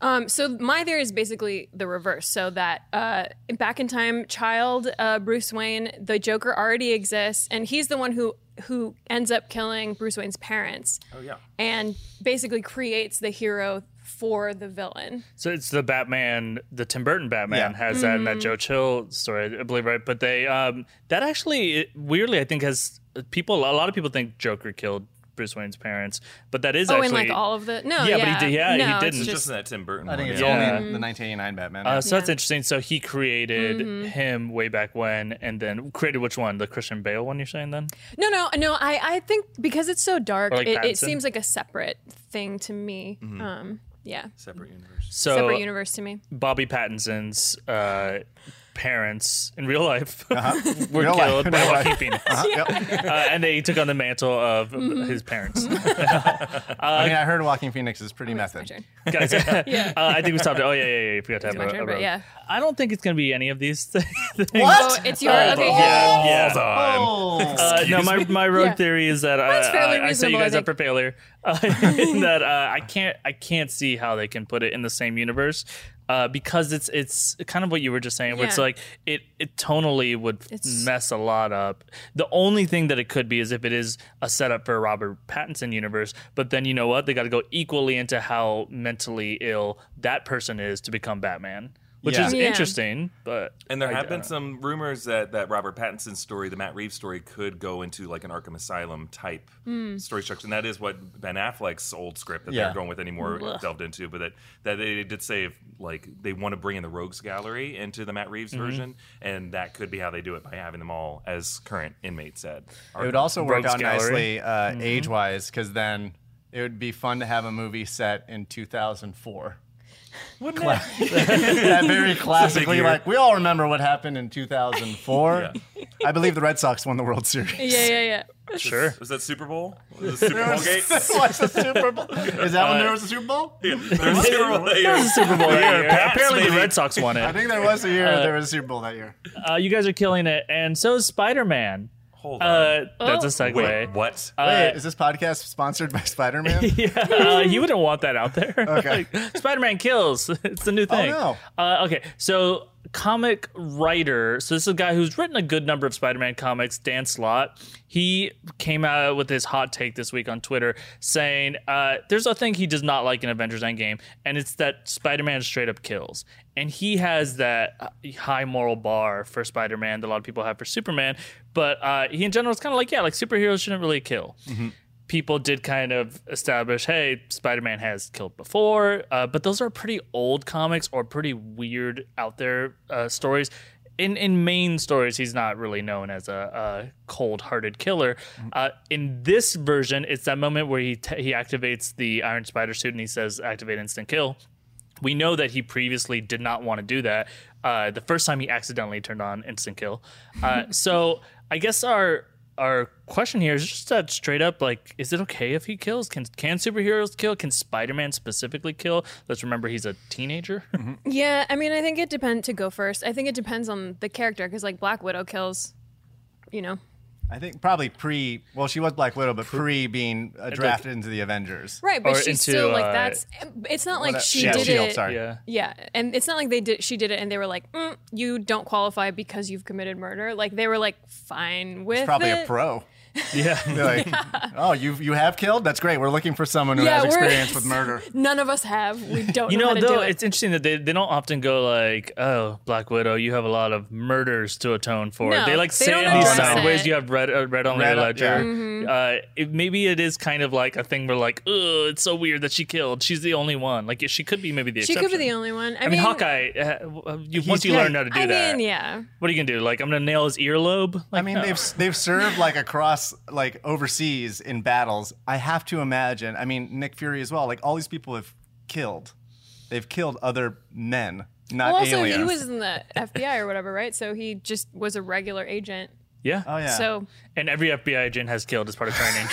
S2: Um, so my theory is basically the reverse. So that uh, back in time, child uh, Bruce Wayne, the Joker already exists, and he's the one who who ends up killing Bruce Wayne's parents
S3: Oh yeah.
S2: and basically creates the hero for the villain.
S1: So it's the Batman, the Tim Burton Batman
S4: Yeah.
S1: has that in
S2: Mm-hmm.
S1: that Joe Chill story, I believe, right? But they um, that actually it- weirdly I think has people a lot of people think Joker killed Bruce Wayne's parents, but that is
S2: oh,
S1: actually
S2: and like all of the no,
S1: Yeah, but he did- yeah, he
S2: no, it's
S1: didn't.
S3: It's
S2: just-
S3: just in that Tim Burton.
S4: I think
S3: one,
S4: it's
S3: yeah.
S1: Yeah.
S4: only in the 1989 Batman.
S1: Uh, so that's
S2: Yeah. Mm-hmm.
S1: interesting. So he created him way back when, and then created which one? The Christian Bale one? You're saying then?
S2: No, no, no. I, I think because it's so dark,
S1: Or like
S2: it,
S1: Pattinson. Mm-hmm.
S2: it seems like a separate thing to me. Um, yeah,
S3: separate universe.
S1: So
S2: separate universe to me.
S1: Bobby Pattinson's uh, parents in real life were
S4: Uh-huh. Real life.
S1: killed by
S4: Real life.
S1: Joaquin Phoenix, uh, and they took on the mantle of
S2: Mm-hmm.
S1: his parents.
S4: I mean, I heard Walking Phoenix is pretty
S2: My
S4: method.
S2: turn.
S1: Guys, uh, I think we stopped. it. Oh yeah, yeah, yeah. You forgot to have
S2: my
S1: a,
S2: turn,
S1: a
S2: but
S1: rope.
S2: yeah.
S1: I don't think it's gonna be any of these things.
S2: Oh, it's your
S1: Oh,
S2: okay.
S1: yeah.
S3: Hold on.
S4: Oh.
S1: Uh, no,
S3: Excuse
S1: my, my road
S2: Yeah.
S1: theory is that
S2: Mine's
S1: I,
S2: fairly
S1: I, I set you
S2: reasonable, I
S1: guys up
S2: think.
S1: for failure. Uh, in that uh, I can't I can't see how they can put it in the same universe uh, because it's it's kind of what you were just saying. Where it's
S2: Yeah.
S1: like it, it tonally would
S2: It's-
S1: mess a lot up. The only thing that it could be is if it is a setup for a Robert Pattinson universe. But then you know what? They got to go equally into how mentally ill that person is to become Batman, which
S4: Yeah.
S1: is
S2: Yeah.
S1: interesting. But
S3: And there
S1: I-
S3: have
S1: I
S3: been some rumors that that Robert Pattinson story, the Matt Reeves story, could go into like an Arkham Asylum type
S2: Hmm.
S3: story structure, and that is what Ben Affleck's old script that
S4: Yeah.
S3: they're going with anymore delved into. But that that they did say if, like they want to bring in the Rogues Gallery into the Matt Reeves version, and that could be how they do it by having them all as current inmates at.
S4: It would
S3: Arkham.
S4: also work
S1: Rogues
S4: out
S1: Gallery.
S4: nicely uh,
S3: Mm-hmm.
S4: age wise because then it would be fun to have a movie set in 2004.
S3: Wouldn't
S4: Cla- that very classically,
S3: year.
S4: like we all remember what happened in 2004. I believe the Red Sox won the World Series.
S2: Yeah, yeah, yeah.
S1: it? sure.
S3: Was that Super Bowl? Was it Super Bowl gate?
S4: What's the Super Bowl? Is that when there was a Super
S3: Uh,
S4: Bowl?
S3: There was Super Bowl that year.
S1: It was a Super Bowl that
S3: Yeah,
S1: year.
S3: Pats,
S1: Apparently,
S3: maybe.
S1: the Red Sox won
S4: I
S1: it.
S4: think there was a year there was a Super Bowl that year.
S1: Uh, you guys are killing it, and so is Spider Man.
S3: Hold on.
S1: Uh, that's a
S3: Wait,
S1: segue.
S3: what?
S4: Wait, is this podcast sponsored by Spider Man?
S1: Yeah, uh, you wouldn't want that out there.
S4: Okay. Oh,
S1: Spider Man kills. It's the new thing.
S4: no.
S1: Uh, okay, so comic writer. So this is a guy who's written a good number of Spider Man comics. Dan Slott. He came out with his hot take this week on Twitter, saying uh, there's a thing he does not like in Avengers Endgame, and it's that Spider Man straight up kills. And he has that uh, high moral bar for Spider Man that a lot of people have for Superman. But uh, he in general is kind of like, yeah, like superheroes shouldn't really kill people did kind of establish hey spider-man has killed before uh, but those are pretty old comics or pretty weird out there uh, stories in, in main stories he's not really known as a, a cold-hearted killer uh, in this version it's that moment where he, t- he activates the iron spider suit and he says activate instant kill we know that he previously did not want to do that. Uh, the first time he accidentally turned on instant kill. Uh, so I guess our our question here is just that straight up like, is it okay if he kills? Can can superheroes kill? Can Spider Man specifically kill? Let's remember he's a teenager.
S2: Yeah, I mean, I think it depends to go first. I think it depends on the character because, like, Black Widow kills, you know,
S4: I think probably pre. Well, she was Black Widow, but pre being uh, drafted into the Avengers.
S2: right? But
S1: Or
S2: she's
S1: into,
S2: still like
S1: uh,
S2: that's. It's not like
S4: Well,
S2: she
S4: Shield,
S2: did
S4: Shield,
S2: it.
S4: sorry.
S1: yeah.
S2: Yeah, and it's not like they did. She did it, and they were like, mm, "You don't qualify because you've committed murder." Like they were like fine with
S4: Probably
S2: it.
S4: a pro.
S1: Yeah.
S4: They're like, oh, you you have killed? That's great. We're looking for someone who
S2: Yeah,
S4: has
S2: we're-
S4: experience with murder.
S2: None of us have. We don't.
S1: You
S2: know,
S1: know,
S2: how to
S1: though,
S2: do it.
S1: it's interesting that they, they don't often go like, "Oh, Black Widow, you have a lot of murders to atone for."
S2: No,
S1: they like
S2: they
S1: say
S2: don't
S1: it in these
S4: address
S1: sideways.
S2: it. Mm-hmm.
S1: You have red, uh, red on
S4: Red
S1: the
S4: on-
S1: ledger.
S4: yeah.
S1: Uh, it, maybe it is kind of like a thing where like, "Oh, it's so weird that she killed. She's the only one. Like, she could be maybe the
S2: she
S1: exception."
S2: could be the only one. I,
S1: I mean, Hawkeye. Uh, w- uh, you, once you
S4: dead.
S1: learn how to do
S2: I
S1: that,
S2: mean, yeah.
S1: what are you gonna do? Like, I'm gonna nail his earlobe.
S4: I
S1: Like,
S4: mean,
S1: no.
S4: they've they've served like across like overseas in battles. I have to imagine. I mean, Nick Fury as well. Like all these people have killed. They've killed other men, not
S2: Well, also
S4: aliens.
S2: he was in the FBI or whatever, right? So he just was a regular agent.
S1: yeah.
S4: oh yeah.
S2: So
S1: and every FBI agent has killed as part of training.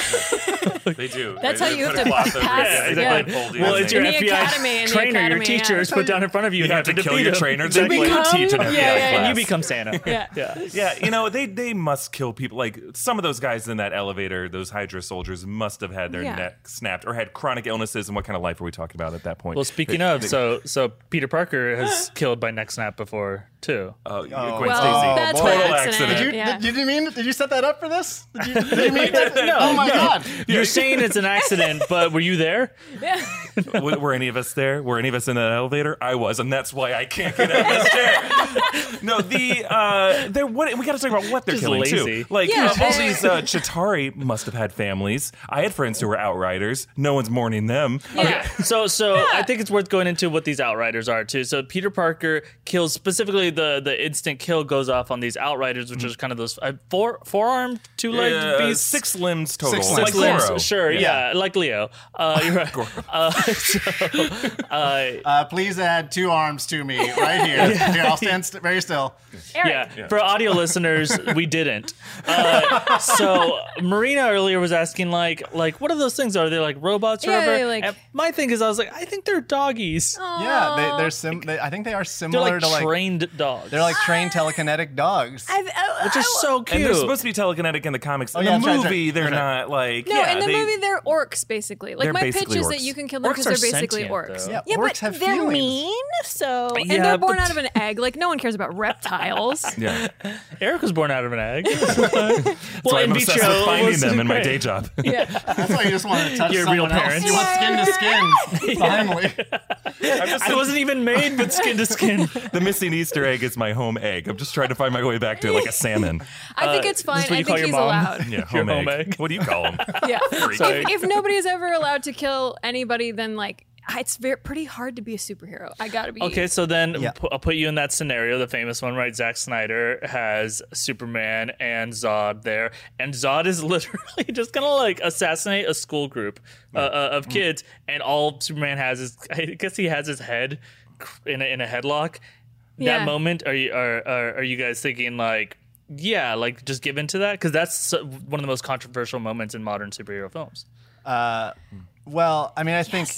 S3: They do.
S2: That's
S3: They
S2: how you
S3: put
S2: have
S3: a
S2: to
S3: cloth over it
S2: pass-
S3: and
S2: Yeah, yeah.
S3: they fold you
S1: Well,
S3: in
S1: it's
S3: there.
S1: your
S2: In the
S1: FBI
S2: academy, in the
S1: trainer, your
S2: academy, yeah.
S1: teacher is put down in front of you. and
S3: You have to
S1: defeat
S3: kill your
S1: him.
S3: trainer
S1: Exactly.
S3: to become-
S1: teach an
S2: Yeah,
S1: FBI
S2: yeah, yeah.
S1: and you become Santa.
S2: yeah.
S1: Yeah.
S3: Yeah, you know, they they must kill people. Like some of those guys in that elevator, those Hydra soldiers must have had their
S2: Yeah.
S3: neck snapped or had chronic illnesses. And what kind of life are we talking about at that point?
S1: Well, speaking of, so so Peter Parker has killed by neck snap before too.
S3: Oh, Gwen
S4: Oh,
S1: Uh,
S3: Stacy.
S2: Well, that's
S4: boy.
S2: by
S3: Total
S2: accident.
S3: accident.
S4: Did you,
S2: Yeah.
S4: did, you you mean? Did you set that up for this? Did you, did you mean that?
S1: No,
S4: oh my
S1: no.
S4: god!
S1: You're saying it's an accident, but were you there?
S3: W- were any of us there? Were any of us in that elevator? I was, and that's why I can't get out of this chair. no, the uh, they're what we got to talk about what they're
S1: Just
S3: killing
S1: lazy.
S3: too. Like
S2: Yeah,
S3: uh, all
S2: they're-
S3: these uh, Chitari must have had families. I had friends who were outriders. No one's mourning them.
S2: Yeah.
S1: So, so I think it's worth going into what these outriders are too. So Peter Parker kills specifically the the instant kill goes off on these outriders, which is kind of those uh, four forearmed, two legged
S3: Uh,
S1: beasts.
S3: six limbs total.
S4: Six
S1: Six
S3: like
S1: limbs,
S3: Goro.
S1: sure, yeah. like Leo. Uh, you're right. Uh, so, uh,
S4: Uh, please add two arms to me right here. Here, I'll stand st- very still.
S2: Eric.
S1: yeah. For audio listeners, we didn't. Uh, so Marina earlier was asking like like what are those things? Are they like robots or
S2: Yeah,
S1: whatever?
S2: they, like- Oh.
S1: And my thing is I was like, I think they're doggies.
S4: Yeah, they,
S2: Aw.
S4: they're sim. They, I think they are
S1: They're
S4: similar
S1: like
S4: to like
S1: trained dogs.
S4: they're like trained telekinetic dogs.
S2: I've, Ah. I,
S1: which is
S4: oh,
S2: I-
S1: so cute.
S3: And they're supposed to be telekinetic in the
S1: Oh,
S3: comics. in
S4: yeah,
S3: the
S4: that's right, that's
S3: movie,
S4: right.
S3: they're
S4: That's right.
S3: not like.
S2: No,
S3: yeah,
S2: in the
S3: they-
S2: movie they're orcs basically. Like
S3: They're
S2: my
S3: basically
S2: pitch is that
S3: orcs.
S2: you can kill them
S1: Orcs
S2: because
S1: are
S2: they're basically
S1: sentient,
S2: orcs.
S1: though.
S4: Yeah,
S2: yeah, but
S4: orcs have
S2: they're
S4: feelings.
S2: mean, so and
S1: Yeah,
S2: they're born
S1: but-
S2: out of an egg. Like no one cares about reptiles.
S3: Yeah, that's
S1: Eric was born out of an egg. well,
S3: why I'm
S1: in
S3: obsessed
S1: vitro
S3: with finding
S1: was
S3: them in my
S1: great.
S3: day job.
S2: yeah.
S4: That's why you just want to touch
S1: Your real
S4: someone else.
S1: parents.
S4: You want skin to skin. Finally,
S1: I wasn't even made, but skin to skin.
S3: the missing Easter egg is my home egg. I'm just trying to find my way back to it like a salmon.
S2: I think it's fine.
S1: what Uh, you
S2: I
S1: call
S2: think
S1: your
S2: he's
S1: mom?
S2: allowed.
S3: Yeah,
S1: Your
S3: home,
S1: home
S3: egg.
S1: egg.
S3: What do you call them?
S2: Yeah. if,
S1: Sorry.
S2: if nobody is ever allowed to kill anybody, then like it's very, pretty hard to be a superhero. I gotta be.
S1: Okay, so then
S4: Yeah.
S1: pu- I'll put you in that scenario, the famous one, right? Zack Snyder has Superman and Zod there, and Zod is literally just gonna like assassinate a school group uh, uh, of kids, and all Superman has is, I guess he has his head cr- in a, in a headlock.
S2: Yeah.
S1: That moment, are you are, are are you guys thinking like? Yeah, like just give in to that because that's so- one of the most controversial moments in modern superhero films.
S4: well, I mean, I think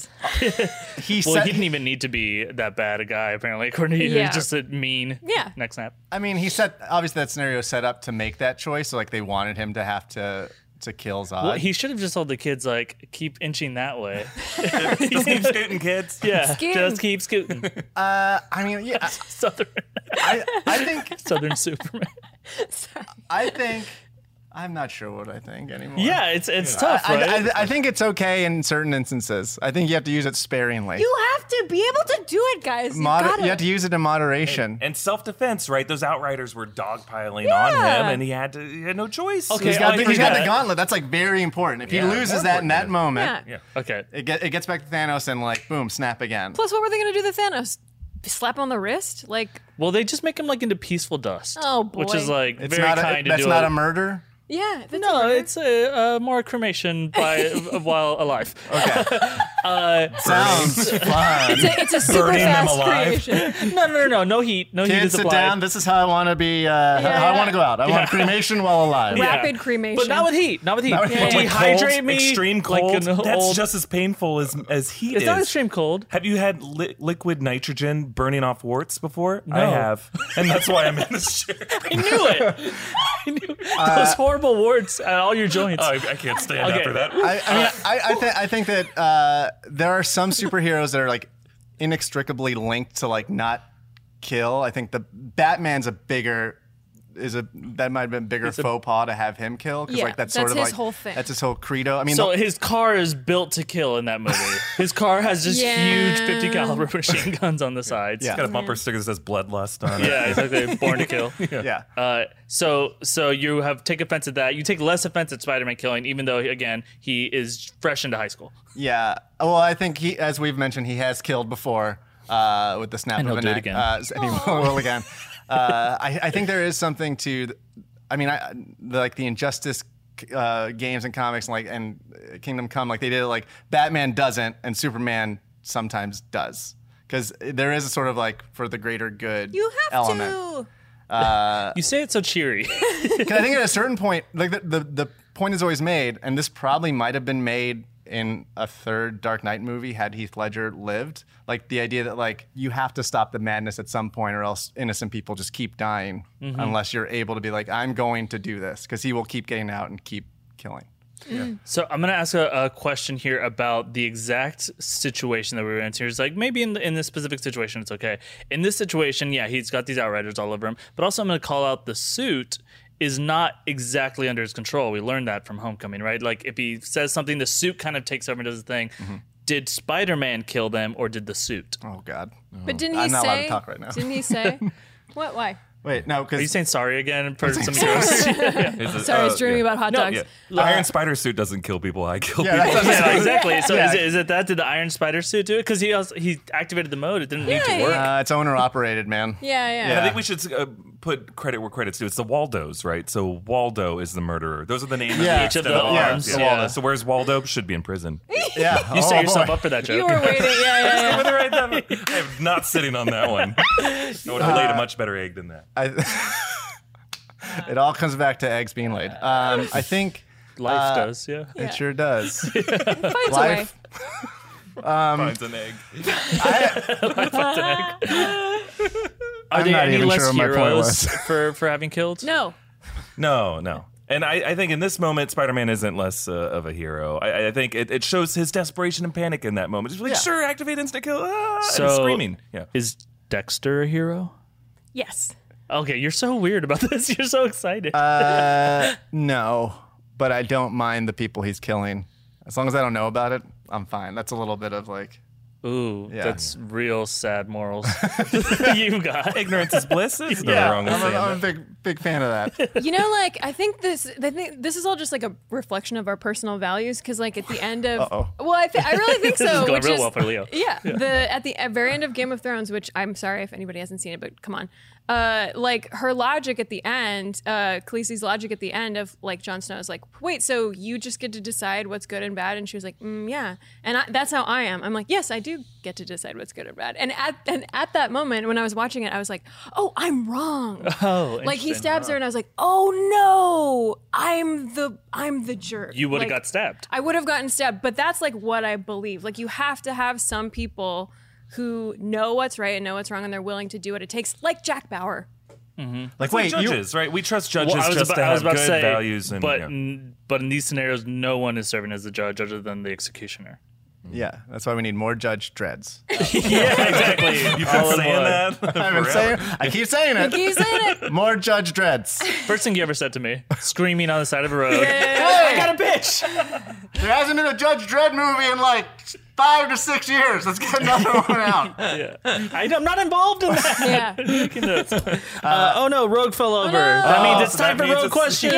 S4: he
S1: Well,
S4: said.
S1: he didn't even need to be that bad a guy, apparently. According to you,
S2: Yeah.
S1: he's just a mean
S2: Yeah.
S1: neck snap.
S4: I mean, he set obviously that scenario set up to make that choice. So like they wanted him to have to to kill Zod.
S1: Well, he should have just told the kids like keep inching that way.
S3: Just keep scooting, kids.
S1: Yeah,
S2: Scootin'.
S1: just keep scooting.
S4: I mean, yeah, I-
S1: Southern,
S4: I, I think
S1: Southern Superman.
S4: I think I'm not sure what I think anymore.
S1: Yeah, it's it's tough,
S4: I,
S1: right?
S4: I, I think it's okay in certain instances. I think you have to use it sparingly.
S2: You have to be able to do it, guys. You
S4: Moder-
S2: gotta.
S4: you have to use it in moderation.
S3: And self-defense, right? Those outriders were dogpiling on
S2: Yeah.
S3: him, and he had to. He had no choice.
S1: Okay,
S4: he's
S1: I
S4: got, the, he's got
S1: forgot.
S4: the gauntlet. That's like very important. If
S3: Yeah,
S4: he loses
S3: that's
S4: that in that
S3: important.
S4: moment,
S2: Yeah.
S3: Yeah.
S1: okay.
S4: it, get, it gets back to Thanos and like boom, snap again.
S2: Plus, what were they gonna do to Thanos? Slap on the wrist? Like,
S1: Well, they just make him like into peaceful dust.
S2: Oh,
S1: which
S2: boy.
S1: is like
S4: it's
S1: very
S4: not a,
S1: kind to
S4: that's
S1: do.
S4: not
S1: it-
S4: a murder.
S2: yeah. that's a
S1: no,
S2: murder.
S1: it's a, uh more cremation by uh, while alive.
S4: Okay.
S1: Uh,
S4: Sounds fun.
S2: It's a, it's a super
S3: Burning them
S2: fast
S3: alive.
S2: creation.
S1: No, no, no, no, no heat, no heat
S4: Kids,
S1: is
S4: sit
S1: applied.
S4: down. This is how I want to be. Uh, how I
S2: yeah.
S4: want to go out. I want cremation while alive.
S1: Yeah.
S2: Rapid cremation.
S1: but not with heat, not with heat.
S4: with heat.
S3: Like
S1: Dehydrate
S3: cold,
S1: me,
S3: Extreme cold.
S1: Like an
S3: that's
S1: old,
S3: just as painful as as heat
S1: It's
S3: is.
S1: not extreme cold.
S3: Have you had li- liquid nitrogen burning off warts before? I
S1: No.
S3: have, and that's why I'm in this chair.
S1: I knew it. I knew
S4: Uh,
S1: those horrible warts at all your joints.
S3: Oh, I, I can't stand
S1: Okay.
S3: after that.
S2: Oh,
S4: I, I mean, I, I, th- I think that uh, there are some superheroes that are like inextricably linked to like not kill. I think the Batman's a bigger is a that might have been bigger faux pas to have him kill because
S2: Yeah,
S4: like that's,
S2: that's
S4: sort of
S2: his
S4: like
S2: whole thing.
S4: that's his whole credo. I mean,
S1: So
S4: the-
S1: his car is built to kill in that movie. His car has just huge
S2: Yeah.
S1: 50 caliber machine guns on the sides.
S4: Yeah.
S3: Got a bumper sticker that says "Bloodlust" on it.
S1: Yeah, exactly. Born to kill.
S4: yeah,
S1: Uh, so, so you have take offense at that. You take less offense at Spider-Man killing, even though again he is fresh into high school.
S4: yeah. Well, I think he, as we've mentioned, he has killed before uh, with the snap
S1: And
S4: of
S1: he'll
S4: a
S1: do it
S4: neck.
S1: again.
S4: Uh, and he
S2: Oh.
S4: will, will again. Uh, I, I think there is something to. th- I mean, I, the, like the injustice uh, games and comics, and like and uh, Kingdom Come, like they did. it, Like Batman doesn't, and Superman sometimes does, because there is a sort of like for the greater good
S2: You have
S4: element.
S2: to.
S4: Uh,
S1: You say it so cheery.
S4: Because I think at a certain point, like the, the the point is always made, and this probably might have been made in a third Dark Knight movie had Heath Ledger lived. Like the idea that like you have to stop the madness at some point, or else innocent people just keep dying
S1: Mm-hmm.
S4: unless you're able to be like, I'm going to do this, because he will keep getting out and keep killing.
S1: So I'm gonna ask a, a question here about the exact situation that we were in. So It's like maybe in, in this specific situation it's okay. In this situation, yeah, he's got these outriders all over him. But also I'm gonna call out the suit is not exactly under his control. We learned that from Homecoming, right? Like if he says something, the suit kind of takes over and does the thing.
S4: Mm-hmm.
S1: Did Spider Man kill them or did the suit?
S4: Oh God.
S2: But didn't he
S4: I'm not
S2: say?
S4: allowed to talk right now.
S2: Didn't he say? what? Why?
S4: Wait, no,
S1: Are you
S4: because
S1: saying sorry again for some jokes? yeah.
S3: Is it-
S2: Sorry, I was uh,
S3: uh,
S2: dreaming
S3: yeah.
S2: about hot dogs.
S3: Yeah. The Iron Spider suit doesn't kill people. I kill
S4: yeah, that's
S3: people.
S4: what I'm
S1: Yeah,
S4: saying.
S1: exactly. So
S4: Yeah.
S1: is, it, is it that? Did the Iron Spider suit do it? Because he also, he activated the mode. It didn't need to
S2: Yeah,
S1: work.
S4: Uh, it's owner operated, man.
S2: Yeah, yeah.
S3: I think we should uh, put credit where credit's due. It's the Waldos, right? So Waldo is the murderer. Those are the names
S4: Yeah.
S3: of each of
S1: Yeah.
S3: the arms.
S1: Yeah.
S3: The
S1: Yeah.
S3: Waldo. So where's Waldo? Should be in prison.
S4: Yeah.
S1: You set
S4: Oh,
S1: yourself
S4: boy.
S1: up for that
S2: You
S1: joke.
S2: were waiting. Yeah, yeah, yeah.
S3: Whether I I'm not sitting on that one. I would have laid a much better egg than that.
S4: I- it all comes back to eggs being laid. Um, I think
S1: Life
S4: Uh,
S1: does, yeah.
S2: Yeah.
S4: it sure does.
S2: Finds a way.
S4: Life.
S3: Finds an egg.
S1: Are
S4: I'm
S1: there
S4: not
S1: any
S4: even
S1: less
S4: sure what my point
S1: heroes
S4: was.
S1: for, for having killed?
S2: No.
S3: No, no. And I, I think in this moment, Spider Man isn't less uh, of a hero. I, I think it, it shows his desperation and panic in that moment. Just like,
S4: Yeah.
S3: sure, activate instant kill. Ah, and
S1: So-
S3: screaming. Yeah.
S1: Is Dexter a hero?
S2: Yes.
S1: Okay, you're so weird about this. You're so excited.
S4: Uh, no, but I don't mind the people he's killing. As long as I don't know about it, I'm fine. That's a little bit of like,
S1: Ooh,
S4: yeah.
S1: that's real sad morals you got.
S3: Ignorance is bliss. There's no
S1: Yeah.
S3: wrong with
S4: I'm a,
S3: saying
S4: I'm a
S3: that.
S4: big, big fan of that.
S2: You know, like I think this. I think this is all just like a reflection of our personal values. Because like at the end of,
S4: Uh-oh.
S2: well, I, th- I really think so.
S1: this is going
S2: which
S1: real
S2: is-
S1: well for Leo.
S2: Yeah, the at the at very end of Game of Thrones, which I'm sorry if anybody hasn't seen it, but come on, uh, like her logic at the end, uh, Khaleesi's logic at the end of like Jon Snow is like, wait, so you just get to decide what's good and bad, and she was like, mm, yeah, and I, that's how I am. I'm like, yes, I do get to decide what's good and bad, and at and at that moment when I was watching it, I was like, oh, I'm wrong.
S1: Oh,
S2: Like he
S1: interesting.
S2: stabs her, and I was like, "Oh no, I'm the I'm the jerk."
S1: You would have
S2: Like,
S1: got stabbed.
S2: I would have gotten stabbed, but that's like what I believe. Like you have to have some people who know what's right and know what's wrong, and they're willing to do what it takes, like Jack Bauer.
S4: Like,
S3: Wait,
S4: wait, you,
S3: judges, right? We trust judges
S1: Well, I was
S3: just
S1: about,
S3: to
S1: I was
S3: have
S1: about
S3: good
S1: to say,
S3: values and
S1: but
S3: yeah.
S1: n- but in these scenarios, no one is serving as the judge other than the executioner.
S4: yeah, that's why we need more Judge Dreads.
S1: yeah, exactly.
S3: You've
S1: All
S3: been
S1: in
S3: saying
S1: one.
S3: that.
S4: I've been
S3: forever.
S4: saying, I keep saying
S2: Can
S4: it.
S2: you say it?
S4: More Judge Dreads.
S1: First thing you ever said to me, screaming on the side of a road.
S4: I got a bitch. There hasn't been a Judge Dredd movie in like five to six years. Let's get another one out.
S1: Yeah. I, am not involved in that.
S2: Yeah.
S1: Making notes. Uh, oh no, Rogue fell over.
S2: no.
S1: That means it's
S3: so
S1: time
S3: that
S1: for
S3: means
S1: Rogue
S3: it's-
S1: questions.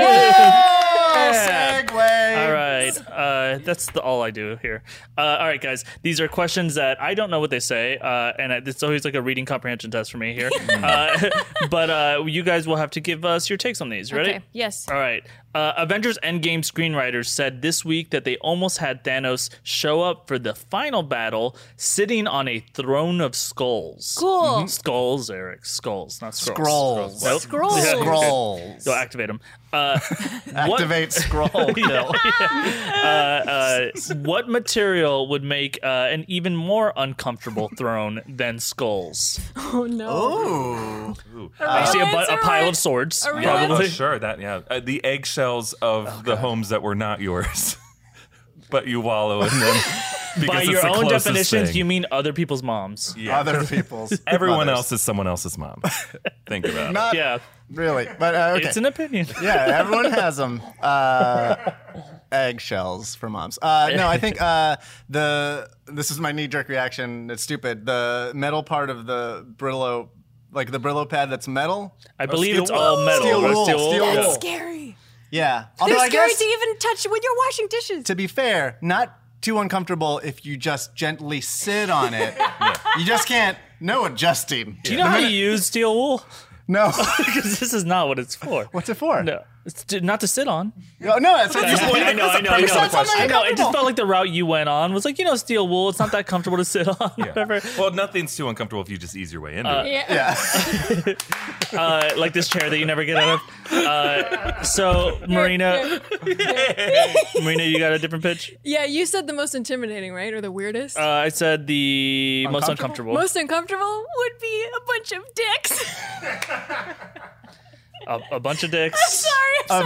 S4: Oh,
S1: Yeah.
S4: segue.
S1: All right, uh, that's the, all I do here. Uh, all right, guys, these are questions that I don't know what they say, uh, and I, it's always like a reading comprehension test for me here.
S2: Hmm.
S1: uh, but uh, you guys will have to give us your takes on these. Ready?
S2: Okay. Yes.
S1: All right. Uh, Avengers Endgame screenwriters said this week that they almost had Thanos show up for the final battle sitting on a throne of skulls. Mm-hmm.
S2: Cool.
S1: Skulls, Eric. Skulls, not scrolls.
S4: Scrolls.
S1: Nope.
S2: Scrolls.
S1: Yeah, okay.
S4: Scrolls.
S1: So activate them. Uh, what-
S4: Activate scroll kill.
S1: uh, what material would make uh, an even more uncomfortable throne than skulls?
S2: Oh no.
S4: Ooh.
S1: I see a,
S2: Alright,
S1: bu- a
S2: alright.
S1: pile of swords.
S2: Alright.
S3: Yeah,
S1: Probably.
S3: oh, sure, that yeah. Uh, the eggshells of
S4: Oh,
S3: the homes that were not yours, but you wallow in them. because
S1: By
S3: it's
S1: your
S3: the
S1: own
S3: closest
S1: definitions,
S3: thing.
S1: you mean other people's moms.
S3: Yeah.
S4: Other people's.
S3: everyone
S4: mothers.
S3: else is someone else's mom. Think about it.
S4: Not
S1: Yeah,
S4: really, but uh, okay.
S1: it's an opinion.
S4: yeah, everyone has them. Uh, eggshells for moms. Uh, no, I think uh, the this is my knee jerk reaction. It's stupid. The metal part of the Brillo, like the Brillo pad that's metal.
S1: I believe
S3: steel
S1: it's all
S3: wool.
S1: metal.
S4: Steel
S1: right?
S4: wool, steel
S1: yeah.
S2: That's
S4: wool.
S2: scary.
S4: Yeah.
S2: They're
S4: Although I
S2: scary
S4: guess
S2: to even touch when you're washing dishes.
S4: to be fair, not too uncomfortable if you just gently sit on it. You just can't. No adjusting.
S1: Do you know how you use steel wool?
S4: No.
S1: Because this is not what it's for.
S4: What's it for?
S1: No, it's to, not to sit on.
S4: No, no that's what
S1: I know, I know, I know, I know.
S4: That's not very
S1: I know. It just
S4: comfortable.
S1: felt like the route you went on was like, you know, steel wool. It's not that comfortable to sit on. Whatever.
S3: Well, nothing's too uncomfortable if you just ease your way into it.
S2: yeah.
S4: Yeah.
S1: Uh, like this chair that you never get out of. Uh, so, Marina, Marina, you got a different pitch.
S2: Yeah, you said the most intimidating, right? Or the weirdest?
S1: Uh, I said the most
S4: Uncomfortable?
S1: uncomfortable.
S2: most uncomfortable would be a bunch of dicks.
S1: a, a bunch of dicks.
S2: sorry,
S4: Um,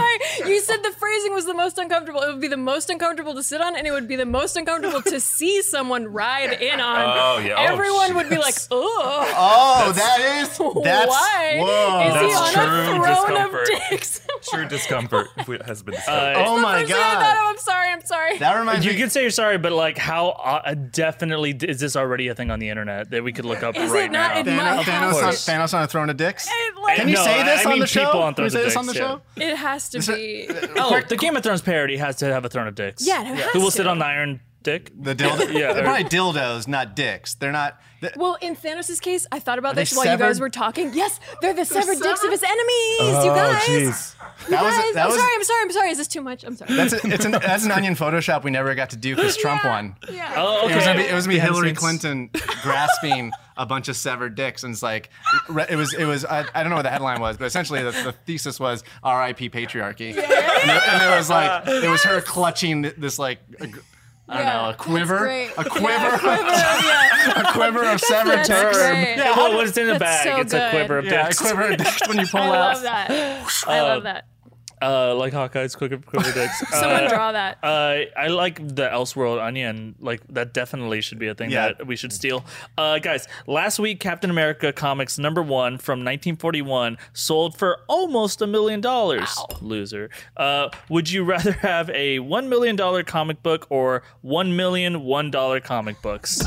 S2: I'm sorry. You said the phrasing was the most uncomfortable. It would be the most uncomfortable to sit on, and it would be the most uncomfortable to see someone ride in on.
S3: Oh, yeah. Oh,
S2: Everyone
S3: shit.
S2: would be like, "Oh,
S4: Oh, that is. That's,
S2: why
S4: Whoa.
S2: is he
S3: That's
S2: on
S3: true
S2: a throne
S3: discomfort.
S2: of dicks?"
S3: True discomfort has been discovered.
S4: oh
S2: That's
S4: my
S2: the first thing I thought
S4: god,
S2: of. I'm sorry. I'm sorry.
S4: that reminds
S1: You
S4: me.
S1: can say you're sorry, but like, how uh, definitely d- is this already a thing on the internet that we could look up
S2: Is it
S1: right
S2: not
S1: now?
S2: in
S4: Thanos,
S2: my
S4: Thanos, on,
S2: house.
S4: Thanos on a throne of dicks.
S2: It, like,
S4: Can you
S1: No,
S4: say
S1: I-
S4: this
S1: I
S4: on
S1: mean
S4: the show?
S1: people on
S4: Can
S1: Throne
S4: we say
S1: of
S4: this on the
S1: Dicks,
S4: show?
S2: it has to be.
S1: oh, the Game of Thrones parody has to have a throne of dicks.
S2: Yeah, it has
S1: Who will
S2: to.
S1: sit on the iron dick?
S4: The dildo.
S1: Yeah,
S4: They're
S1: or-
S4: probably dildos, not dicks. They're not. th-
S2: Well, in Thanos' case, I thought about
S4: they
S2: this while you guys
S4: severed?
S2: were talking. Yes, they're the severed dicks of his enemies. you
S3: Oh,
S2: guys.
S3: jeez.
S4: that
S2: Guys,
S4: was. That
S2: I'm
S4: was.
S2: sorry. I'm sorry. I'm sorry. Is this too much? I'm sorry.
S4: That's, a, it's an, that's an onion Photoshop we never got to do because Trump won.
S2: yeah.
S1: Oh,
S4: It was
S1: okay.
S4: gonna be, it was gonna be
S1: Behind the
S4: Hillary
S1: scenes.
S4: Clinton grasping a bunch of severed dicks, and it's like re- it was it was I, I don't know what the headline was, but essentially the, the thesis was R.I.P. patriarchy, and, it, and it was like it was her clutching th- this like a gr- I don't
S2: Yeah,
S4: know a
S2: that's
S4: quiver
S2: great.
S4: a
S2: Yeah,
S4: quiver
S2: quiver, yeah.
S4: a quiver of severed
S2: That's
S4: dicks.
S2: great.
S1: Yeah, well, what's in the
S2: That's
S1: bag?
S2: so
S1: it's a
S2: good.
S1: quiver of
S4: Yeah, a
S1: dicks.
S4: quiver of dicks when you pull
S2: I
S4: out.
S2: love that. I love
S4: Um,
S2: that.
S1: Uh, like Hawkeye's quiver, quiver of dicks.
S2: Someone
S1: Uh,
S2: draw that.
S1: Uh, I like the Elseworld onion. Like that definitely should be a thing
S4: Yeah.
S1: that we should steal. Uh, guys, last week Captain America comics number one from 1941 sold for almost a million dollars. Loser. Uh, would you rather have a one million dollar comic book or one million one dollar comic books?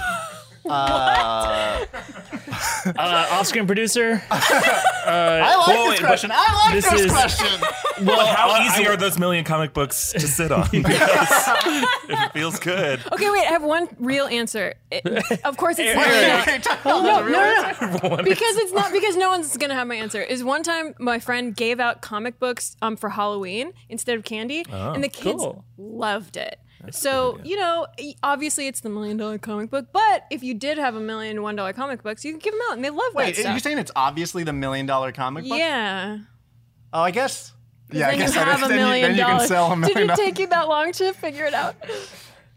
S1: what? Uh, off-screen producer.
S4: I like
S3: Well,
S4: this
S3: wait, but
S4: question. I like
S1: this
S4: this,
S1: is-
S4: question.
S1: Well,
S3: How
S1: I-
S3: easy
S1: I-
S3: are those million comic books to sit on? it feels good.
S2: Okay, wait. I have one real answer. It- of course, it's not.
S1: Eric.
S2: that. No, no, no, no. because it's not because no one's gonna have my answer. Is one time my friend gave out comic books um, for Halloween instead of candy,
S4: Oh,
S2: and the kids
S1: cool.
S2: loved it. so you know, y- obviously it's the million dollar comic book, but if you did have a million one dollar comic books, you could give them out, and they love that
S4: Wait, you're
S2: stuff.
S4: saying it's obviously the million dollar comic book?
S2: yeah.
S4: Oh, I guess. Yeah, I
S2: then
S4: guess
S2: you
S4: that
S2: have
S4: is-
S2: a
S4: then you,
S2: million
S4: then you can
S2: dollars.
S4: sell a million
S2: Did it
S4: dollars.
S2: take you that long to figure it out?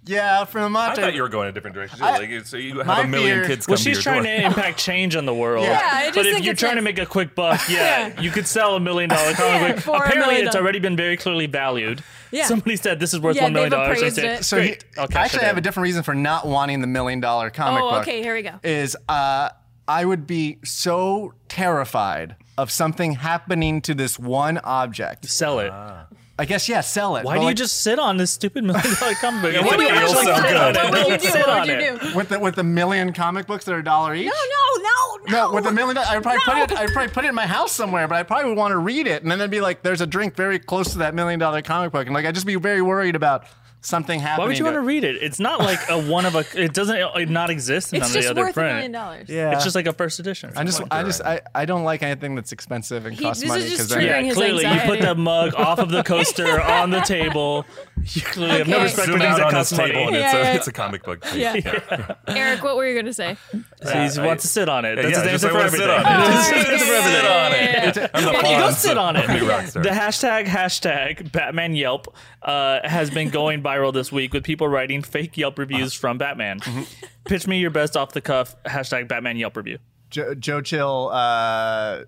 S4: Yeah, from
S3: I
S4: Mata.
S3: thought you were going a different direction. too.
S4: I-
S3: like, so you
S4: my
S3: have a million
S4: fear-
S3: kids come
S1: Well,
S3: to
S1: she's
S3: your
S1: trying
S3: door.
S1: to impact change on the world.
S4: Yeah. Yeah,
S2: I just
S1: but if
S2: think
S1: you're
S2: it's
S1: trying to
S2: like-
S1: make a quick buck, yeah,
S2: Yeah.
S1: you could sell a million dollar comic
S2: Yeah,
S1: book.
S2: for a
S1: Apparently,
S2: million
S1: it's
S2: doll-
S1: already been very clearly valued.
S2: Yeah.
S1: Somebody said this is worth
S2: Yeah,
S1: one million
S2: they've
S1: dollars. I
S2: appraised
S1: said,
S2: it.
S4: so
S1: great.
S4: he-
S1: I'll
S4: I
S1: cash
S4: actually
S1: it
S4: have
S1: in.
S4: a different reason for not wanting the million dollar comic
S2: Oh,
S4: book.
S2: okay, here we go.
S4: Is uh, I would be so terrified of something happening to this one object.
S1: Sell it.
S4: I guess yeah, sell it.
S1: Why
S4: but
S1: do you
S4: like,
S1: just sit on this stupid million dollar comic book? Why do you
S3: wait, wait,
S1: actually
S3: wait,
S1: sit
S3: wait,
S1: on
S3: wait,
S1: it?
S2: What would you
S1: Don't
S2: do?
S1: sit
S2: What
S1: on
S2: would you do?
S1: it.
S4: with the with the million comic books that are a dollar each?
S2: No, no, no,
S4: No, with a million, I would probably put it. I would probably put it in my house somewhere, but I probably would want to read it, and then it'd be like, "There's a drink very close to that million dollar comic book," and like I'd just be very worried about something happening.
S1: Why would you want
S4: to
S1: to read it? It's not like a one of a. It doesn't it not exist in
S2: It's
S1: the
S2: just
S1: other
S2: worth a million
S1: print.
S2: dollars.
S4: Yeah,
S1: It's just like a first edition.
S4: I just,
S3: Come on,
S4: I just, I, I don't like anything that's expensive and
S2: He-
S4: costs
S2: this is
S4: money
S2: just
S4: then-
S2: triggering.
S1: yeah,
S2: his
S1: clearly you put
S2: anxiety.
S1: the mug off of the coaster on the table. You clearly have no
S2: Okay.
S1: respect for
S3: Zoom
S1: things
S3: out
S1: that
S3: on this
S1: cost money.
S3: table, and
S2: Yeah,
S3: it's, a,
S2: yeah.
S3: it's a comic book.
S2: Yeah. Eric, what were you gonna say?
S1: So he just
S3: I-
S1: wants to sit on it. That's
S3: yeah,
S1: his
S3: just
S1: answer
S3: I
S1: for
S3: wanna
S1: everything.
S3: sit on it.
S1: That's his
S2: Alright,
S1: answer for
S2: yeah,
S1: everything.
S2: yeah, yeah, yeah.
S3: I'm the
S1: You go
S3: Fonz
S1: sit
S3: of
S1: on it.
S3: comedy rock star.
S1: The hashtag hashtag Batman Yelp uh, has been going viral this week with people writing fake Yelp reviews
S3: Uh-huh.
S1: from Batman.
S3: Mm-hmm.
S1: Pitch me your best off the cuff hashtag Batman Yelp review.
S4: Jo- Joe Chill, uh,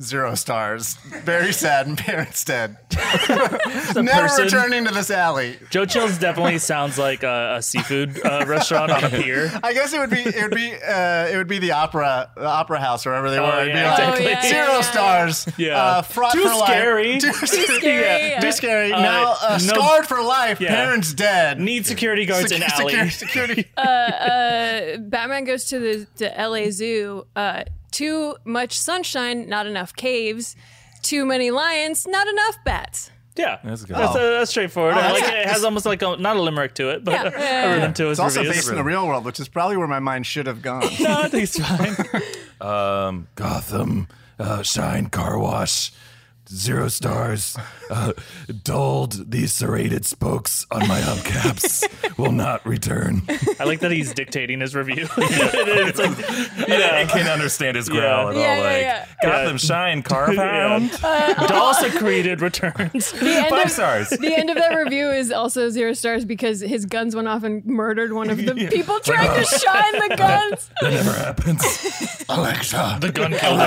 S4: zero stars. Very sad and parents dead. Never
S1: person.
S4: returning to this alley.
S1: Joe Chills definitely sounds like a, a seafood uh, restaurant on a pier.
S4: I guess it would be, it would be, uh, it would be the opera, the opera house, wherever they were. It'd
S1: yeah,
S4: be
S2: exactly. Oh,
S4: like
S2: yeah,
S4: zero
S2: yeah, yeah.
S4: stars.
S1: Yeah.
S4: uh, fraught
S1: Too
S4: for life.
S1: scary.
S4: Too scary.
S2: Scary.
S4: Too scary.
S1: Uh,
S4: now uh,
S1: no-
S4: scarred for life.
S1: Yeah.
S4: Parents dead.
S1: Need security guards in
S4: Sec-
S1: alley.
S4: security- security.
S2: Batman goes to the to LA Zoo. Uh, too much sunshine, not enough caves. Too many lions, not enough bats.
S1: Yeah,
S3: That's good.
S1: That's, uh, that's straightforward. And,
S4: that's
S1: like,
S4: a-
S1: it has almost like a, not a limerick to it, but
S2: Yeah.
S1: a rhythm to his
S4: It's also
S1: reviews.
S4: based in the real world, which is probably where my mind should have gone.
S1: no, I think it's fine.
S3: Um, Gotham, uh, Shine Car Wash, zero stars. Uh, dulled, these serrated spokes on my hubcaps will not return.
S1: I like that he's dictating his review. it's like,
S3: I
S1: yeah.
S3: can't understand his growl
S1: Yeah.
S3: at all.
S2: Yeah, yeah,
S3: like,
S2: yeah.
S3: Gotham, Shine Car Pound,
S1: Doll secreted returns.
S2: The end
S3: five
S2: of,
S3: stars.
S2: The end of that review is also zero stars because his guns went off and murdered one of the people trying to shine the guns.
S3: That never happens.
S4: Alexa,
S1: The gun killer.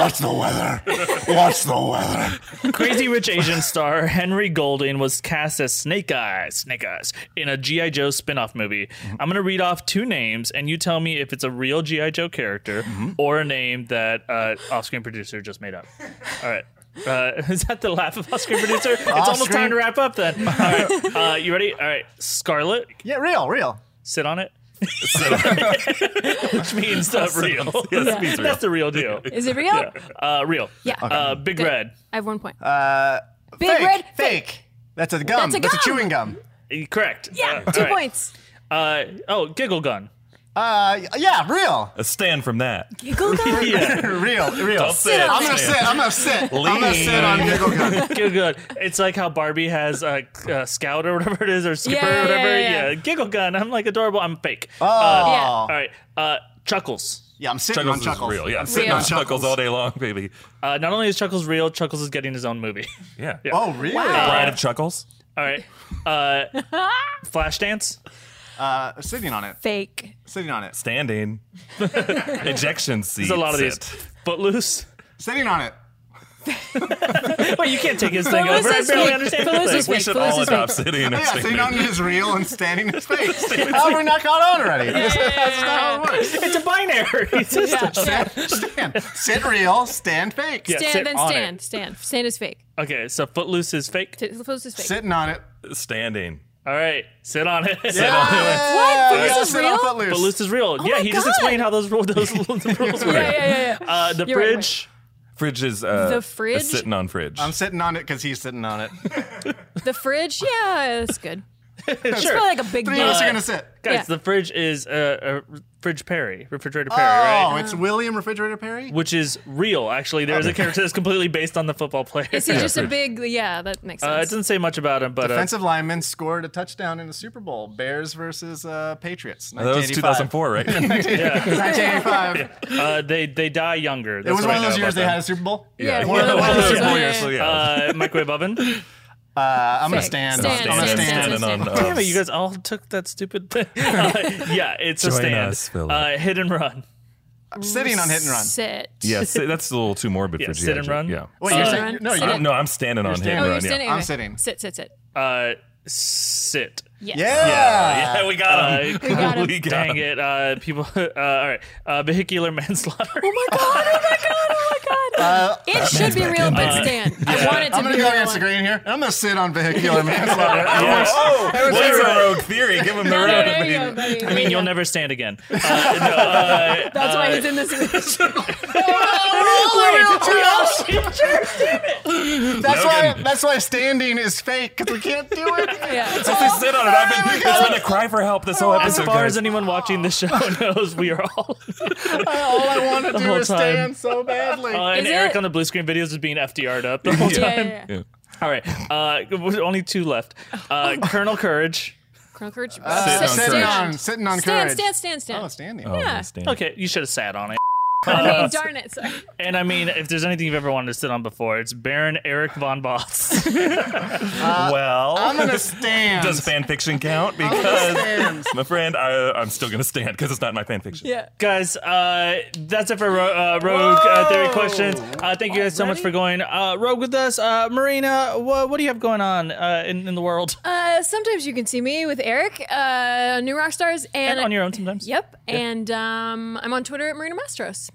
S4: what's the weather? What's the weather?
S1: Crazy Rich Asian star Henry Golding was cast as Snake Eyes, Snake Eyes, in a G.I. Joe spin-off movie. I'm going to read off two names, and you tell me if it's a real Mm-hmm. G.I. Joe character or a name that uh, off-screen producer just made up. All right. Uh, is that the laugh of off-screen producer? It's almost time to wrap up then. All right, uh, you ready? All right, Scarlet,
S4: Yeah, real, real.
S1: sit on it. Which means uh, real.
S3: that means real.
S1: That's the real deal.
S2: Is it real?
S1: Uh, real.
S2: Yeah. Okay.
S1: Uh, Big
S2: Good.
S1: Red.
S2: I have one point.
S4: Big
S2: red
S4: Uh, fake. That's a gum.
S2: That's a gum.
S4: chewing gum.
S1: Eh, Correct.
S2: yeah,
S1: Uh,
S2: two
S1: all right.
S2: points.
S1: Uh, oh, Giggle Gun.
S4: Uh, yeah, real,
S3: A stand from that.
S2: Giggle gun.
S4: real, real.
S3: Don't say it.
S4: I'm
S3: Stand.
S4: gonna sit. I'm gonna sit. I'm gonna sit on Giggle Gun.
S1: Giggle Gun. It's like how Barbie has a uh, scout or whatever it is, or skipper
S2: Yeah, yeah,
S1: or whatever.
S2: yeah, yeah.
S1: Giggle Gun. I'm like adorable. I'm fake.
S4: Oh,
S2: Yeah.
S1: All right. Uh, Chuckles.
S4: yeah. I'm sitting
S3: Chuckles
S4: on
S3: is
S4: Chuckles.
S3: real. Yeah, I'm
S2: sitting
S3: sitting
S2: on
S3: on Chuckles all day long, baby.
S1: Uh, not only is Chuckles real, Chuckles is getting his own movie.
S3: Yeah.
S4: Oh, really?
S3: Bride of Chuckles.
S1: All right. Uh, Flashdance.
S4: Uh, sitting on it.
S2: Fake.
S4: Sitting on it.
S3: Standing. Ejection seat.
S1: There's a lot of these.
S3: Sit.
S1: Footloose.
S4: Sitting on it.
S1: Wait, you can't take his thing
S2: Footloose
S1: over. I
S2: is
S1: barely
S2: fake.
S1: understand
S2: Footloose
S1: this
S2: is
S1: thing.
S3: We
S2: Wait,
S3: should
S2: Footloose
S3: all
S2: is
S3: adopt
S2: fake.
S3: sitting and
S4: Yeah, sitting on
S3: standing.
S4: it is real and standing is fake. How have we not caught on already? That's not how it works.
S1: It's a binary system.
S2: Yeah, yeah.
S4: Stand. Sit real, stand fake.
S1: Yeah. sit
S2: Stand then
S1: on it.
S2: stand. Stand. Stand is fake.
S1: Okay, so Footloose is fake.
S2: T- Footloose is fake.
S4: Sitting on it.
S3: Standing.
S1: All right, sit on it.
S4: Yeah.
S2: What? Footloose is
S4: Sit on
S2: real?
S4: Footloose.
S1: Footloose is real.
S2: Oh
S1: yeah,
S2: my
S1: he just
S2: God.
S1: explained how those, ru- those the rules work.
S2: Yeah, yeah, yeah, yeah.
S1: Uh, the
S2: You're right,
S1: bridge.
S3: Fridge is uh,
S2: The fridge?
S3: is sitting on fridge.
S4: I'm sitting on it because he's sitting on it.
S2: The fridge. Yeah, that's good. It's
S1: Sure.
S2: probably like a big
S4: Three of us
S2: deal.
S4: are gonna sit.
S1: Guys,
S2: Yeah.
S1: the fridge is uh, a fridge Perry, refrigerator
S4: Oh,
S1: Perry, right?
S4: it's William Refrigerator Perry.
S1: Which is real, actually. There's a character that's completely based on the football player.
S2: Is he just a big? Yeah, that makes
S1: Uh, it
S2: sense.
S1: doesn't say much about him, but uh,
S4: Defensive lineman scored a touchdown in the Super Bowl. Bears versus uh, Patriots.
S3: that was
S4: 1985.
S3: 2004, right?
S4: 1985.
S1: uh, they they die younger.
S4: It
S1: That's
S4: was
S1: what
S4: one of
S1: I
S4: those
S1: know
S4: years they
S1: about
S4: had a Super Bowl.
S2: Yeah,
S4: One of the- one of the Super Bowl years.
S3: So,
S4: Uh,
S3: yeah.
S1: them. Uh, microwave oven.
S4: I'm gonna
S2: Fake.
S4: stand.
S2: Stand,
S4: I'm gonna
S2: stand,
S4: stand.
S2: stand,
S3: Standing
S2: stand.
S3: on, uh,
S1: Damn it, you guys all took that stupid thing. Uh, yeah, it's a
S3: Join
S1: stand.
S3: us, Philip.
S1: uh, hit and run.
S4: Sitting on hit and run.
S2: Sit. Oh,
S3: Yeah, sit- that's a little too morbid
S1: Yeah,
S3: for
S1: sit and
S3: GI.
S1: run.
S3: Yeah.
S4: Wait, you're
S2: Sit.
S4: saying no?
S2: Sit.
S4: You're,
S3: Uh, no, I'm standing on hit
S4: standing.
S3: and
S2: Oh,
S3: run.
S2: you're standing.
S3: yeah.
S4: I'm
S2: okay.
S4: sitting.
S2: Sit. Sit. Sit.
S1: Uh, sit.
S2: Yes.
S4: yeah.
S3: yeah, we got him.
S1: Uh,
S2: got him.
S3: we got
S1: dang it,
S3: him.
S1: uh, people. Uh, all right, uh, vehicular manslaughter.
S2: Oh my god! Oh my god! Oh my
S3: Uh,
S2: god! it should be real, but stand. I want it to
S4: I'm gonna
S2: be
S4: go
S2: real.
S4: against the grain here. I'm gonna sit on vehicular manslaughter.
S3: Oh, there's
S1: right.
S3: a rogue theory. Give him the
S2: No,
S3: rogue.
S2: no, there you go, buddy.
S1: I mean, you'll never stand again. Uh, no, uh,
S2: That's why he's in this.
S4: That's why.
S3: Logan.
S4: That's why standing is fake because we can't do it.
S2: yeah.
S3: If we sit on it, I've been, it's been a cry for help
S2: Oh,
S3: this whole
S1: as
S3: episode.
S1: far
S3: guys.
S1: as anyone watching the show knows, we are all.
S4: All I want to do
S1: whole
S4: is
S1: time.
S4: stand so badly.
S1: Uh, and
S2: Is
S1: Eric
S2: it-
S1: on the blue screen videos is being FDR'd up the whole
S2: Yeah,
S1: time.
S2: yeah, yeah.
S1: All right, uh, w- only two left. Uh,
S2: Oh.
S1: Colonel Courage.
S2: Colonel Courage.
S4: Uh,
S3: Sit on
S4: sitting
S3: courage.
S4: on sitting on
S2: Stand,
S4: courage.
S2: stand, stand, stand.
S4: Oh, standing.
S3: Oh,
S2: Yeah.
S3: stand.
S1: Okay, you should have sat on it.
S2: I mean, darn it. Sorry.
S1: And I mean, if there's anything you've ever wanted to sit on before, it's Baron Eric von Boss.
S3: well,
S4: I'm gonna stand.
S3: does fan fiction count?
S4: I'm
S3: Because
S4: gonna stand.
S3: my friend, I, I'm still gonna stand because it's not my fan fiction.
S2: Yeah.
S1: guys, uh, that's it for Ro- uh, Rogue uh, Theory Questions. Uh, thank you guys so much for going uh, Rogue with us. Uh, Marina, wha what do you have going on uh, in, in the world?
S2: Uh, sometimes you can see me with Eric, uh, New Rock Stars, and,
S1: And on your own sometimes?
S2: Yep. And um, I'm on Twitter at Marina Mastros.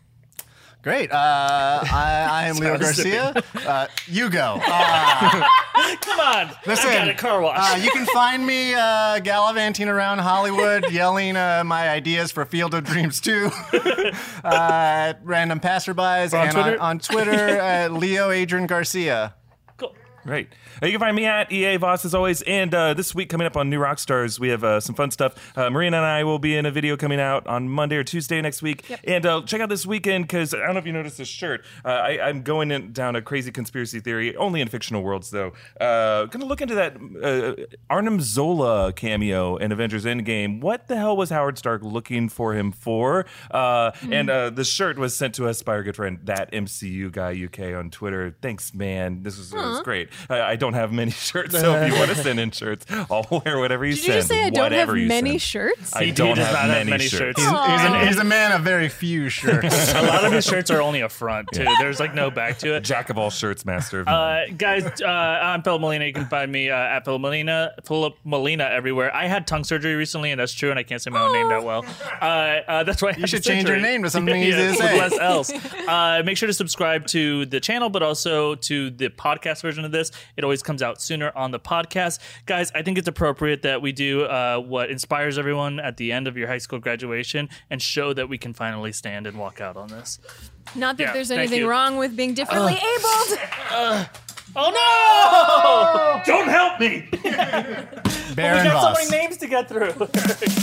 S4: Great. Uh, I, I am Leo Garcia. Uh, you go. Uh,
S1: Come on.
S4: Listen,
S1: I got a car wash.
S4: uh, you can find me uh, gallivanting around Hollywood, yelling uh, my ideas for Field of Dreams 2 uh, at random passerbys and on,
S1: Twitter?
S4: on Twitter at Leo Adrian Garcia.
S1: Cool.
S3: Right. Uh, you can find me at EA Voss as always. And uh, this week coming up on New Rockstars, we have uh, some fun stuff. Uh, Marina and I will be in a video coming out on Monday or Tuesday next week. And uh, check out this weekend because I don't know if you noticed this shirt. Uh, I, I'm going in, down a crazy conspiracy theory, only in fictional worlds though. Uh, gonna look into that uh, Arnim Zola cameo in Avengers Endgame. What the hell was Howard Stark looking for him for? Uh,
S2: Mm-hmm.
S3: And uh, the shirt was sent to us by our good friend that MCU guy UK on Twitter. Thanks, man. This was, it was great. I, I don't have many shirts, so if you want to send in shirts, I'll wear whatever you
S2: Did you
S3: send.
S2: just say I don't have
S3: whatever you
S2: many
S3: send.
S2: shirts?
S3: I
S1: He- he
S3: don't
S1: does
S3: have,
S1: not have
S3: many,
S1: many
S3: shirts.
S1: shirts.
S4: He's, he's a,
S2: Aw.
S4: he's a man of very few shirts.
S1: a lot of his shirts are only a front too. There's like no back to it.
S3: Jack of all shirts, master of none.
S1: Uh, guys, uh, I'm Philip Molina. You can find me uh, at Philip Molina, Philip Molina everywhere. I had tongue surgery recently, and that's true. And I can't say my own name that well. Uh, uh, that's why I had
S4: should
S1: surgery.
S4: change your name to something easy to
S1: with
S4: say.
S1: less else. Uh, make sure to subscribe to the channel, but also to the podcast version of this. It always comes out sooner on the podcast, guys. I think it's appropriate that we do uh, what inspires everyone at the end of your high school graduation and show that we can finally stand and walk out on this.
S2: Not that
S1: Yeah,
S2: there's
S1: thank
S2: anything
S1: you.
S2: wrong with being differently abled.
S1: Oh no! Don't help me.
S4: Bare
S1: we
S4: and
S1: got so
S4: Voss.
S1: many names to get through.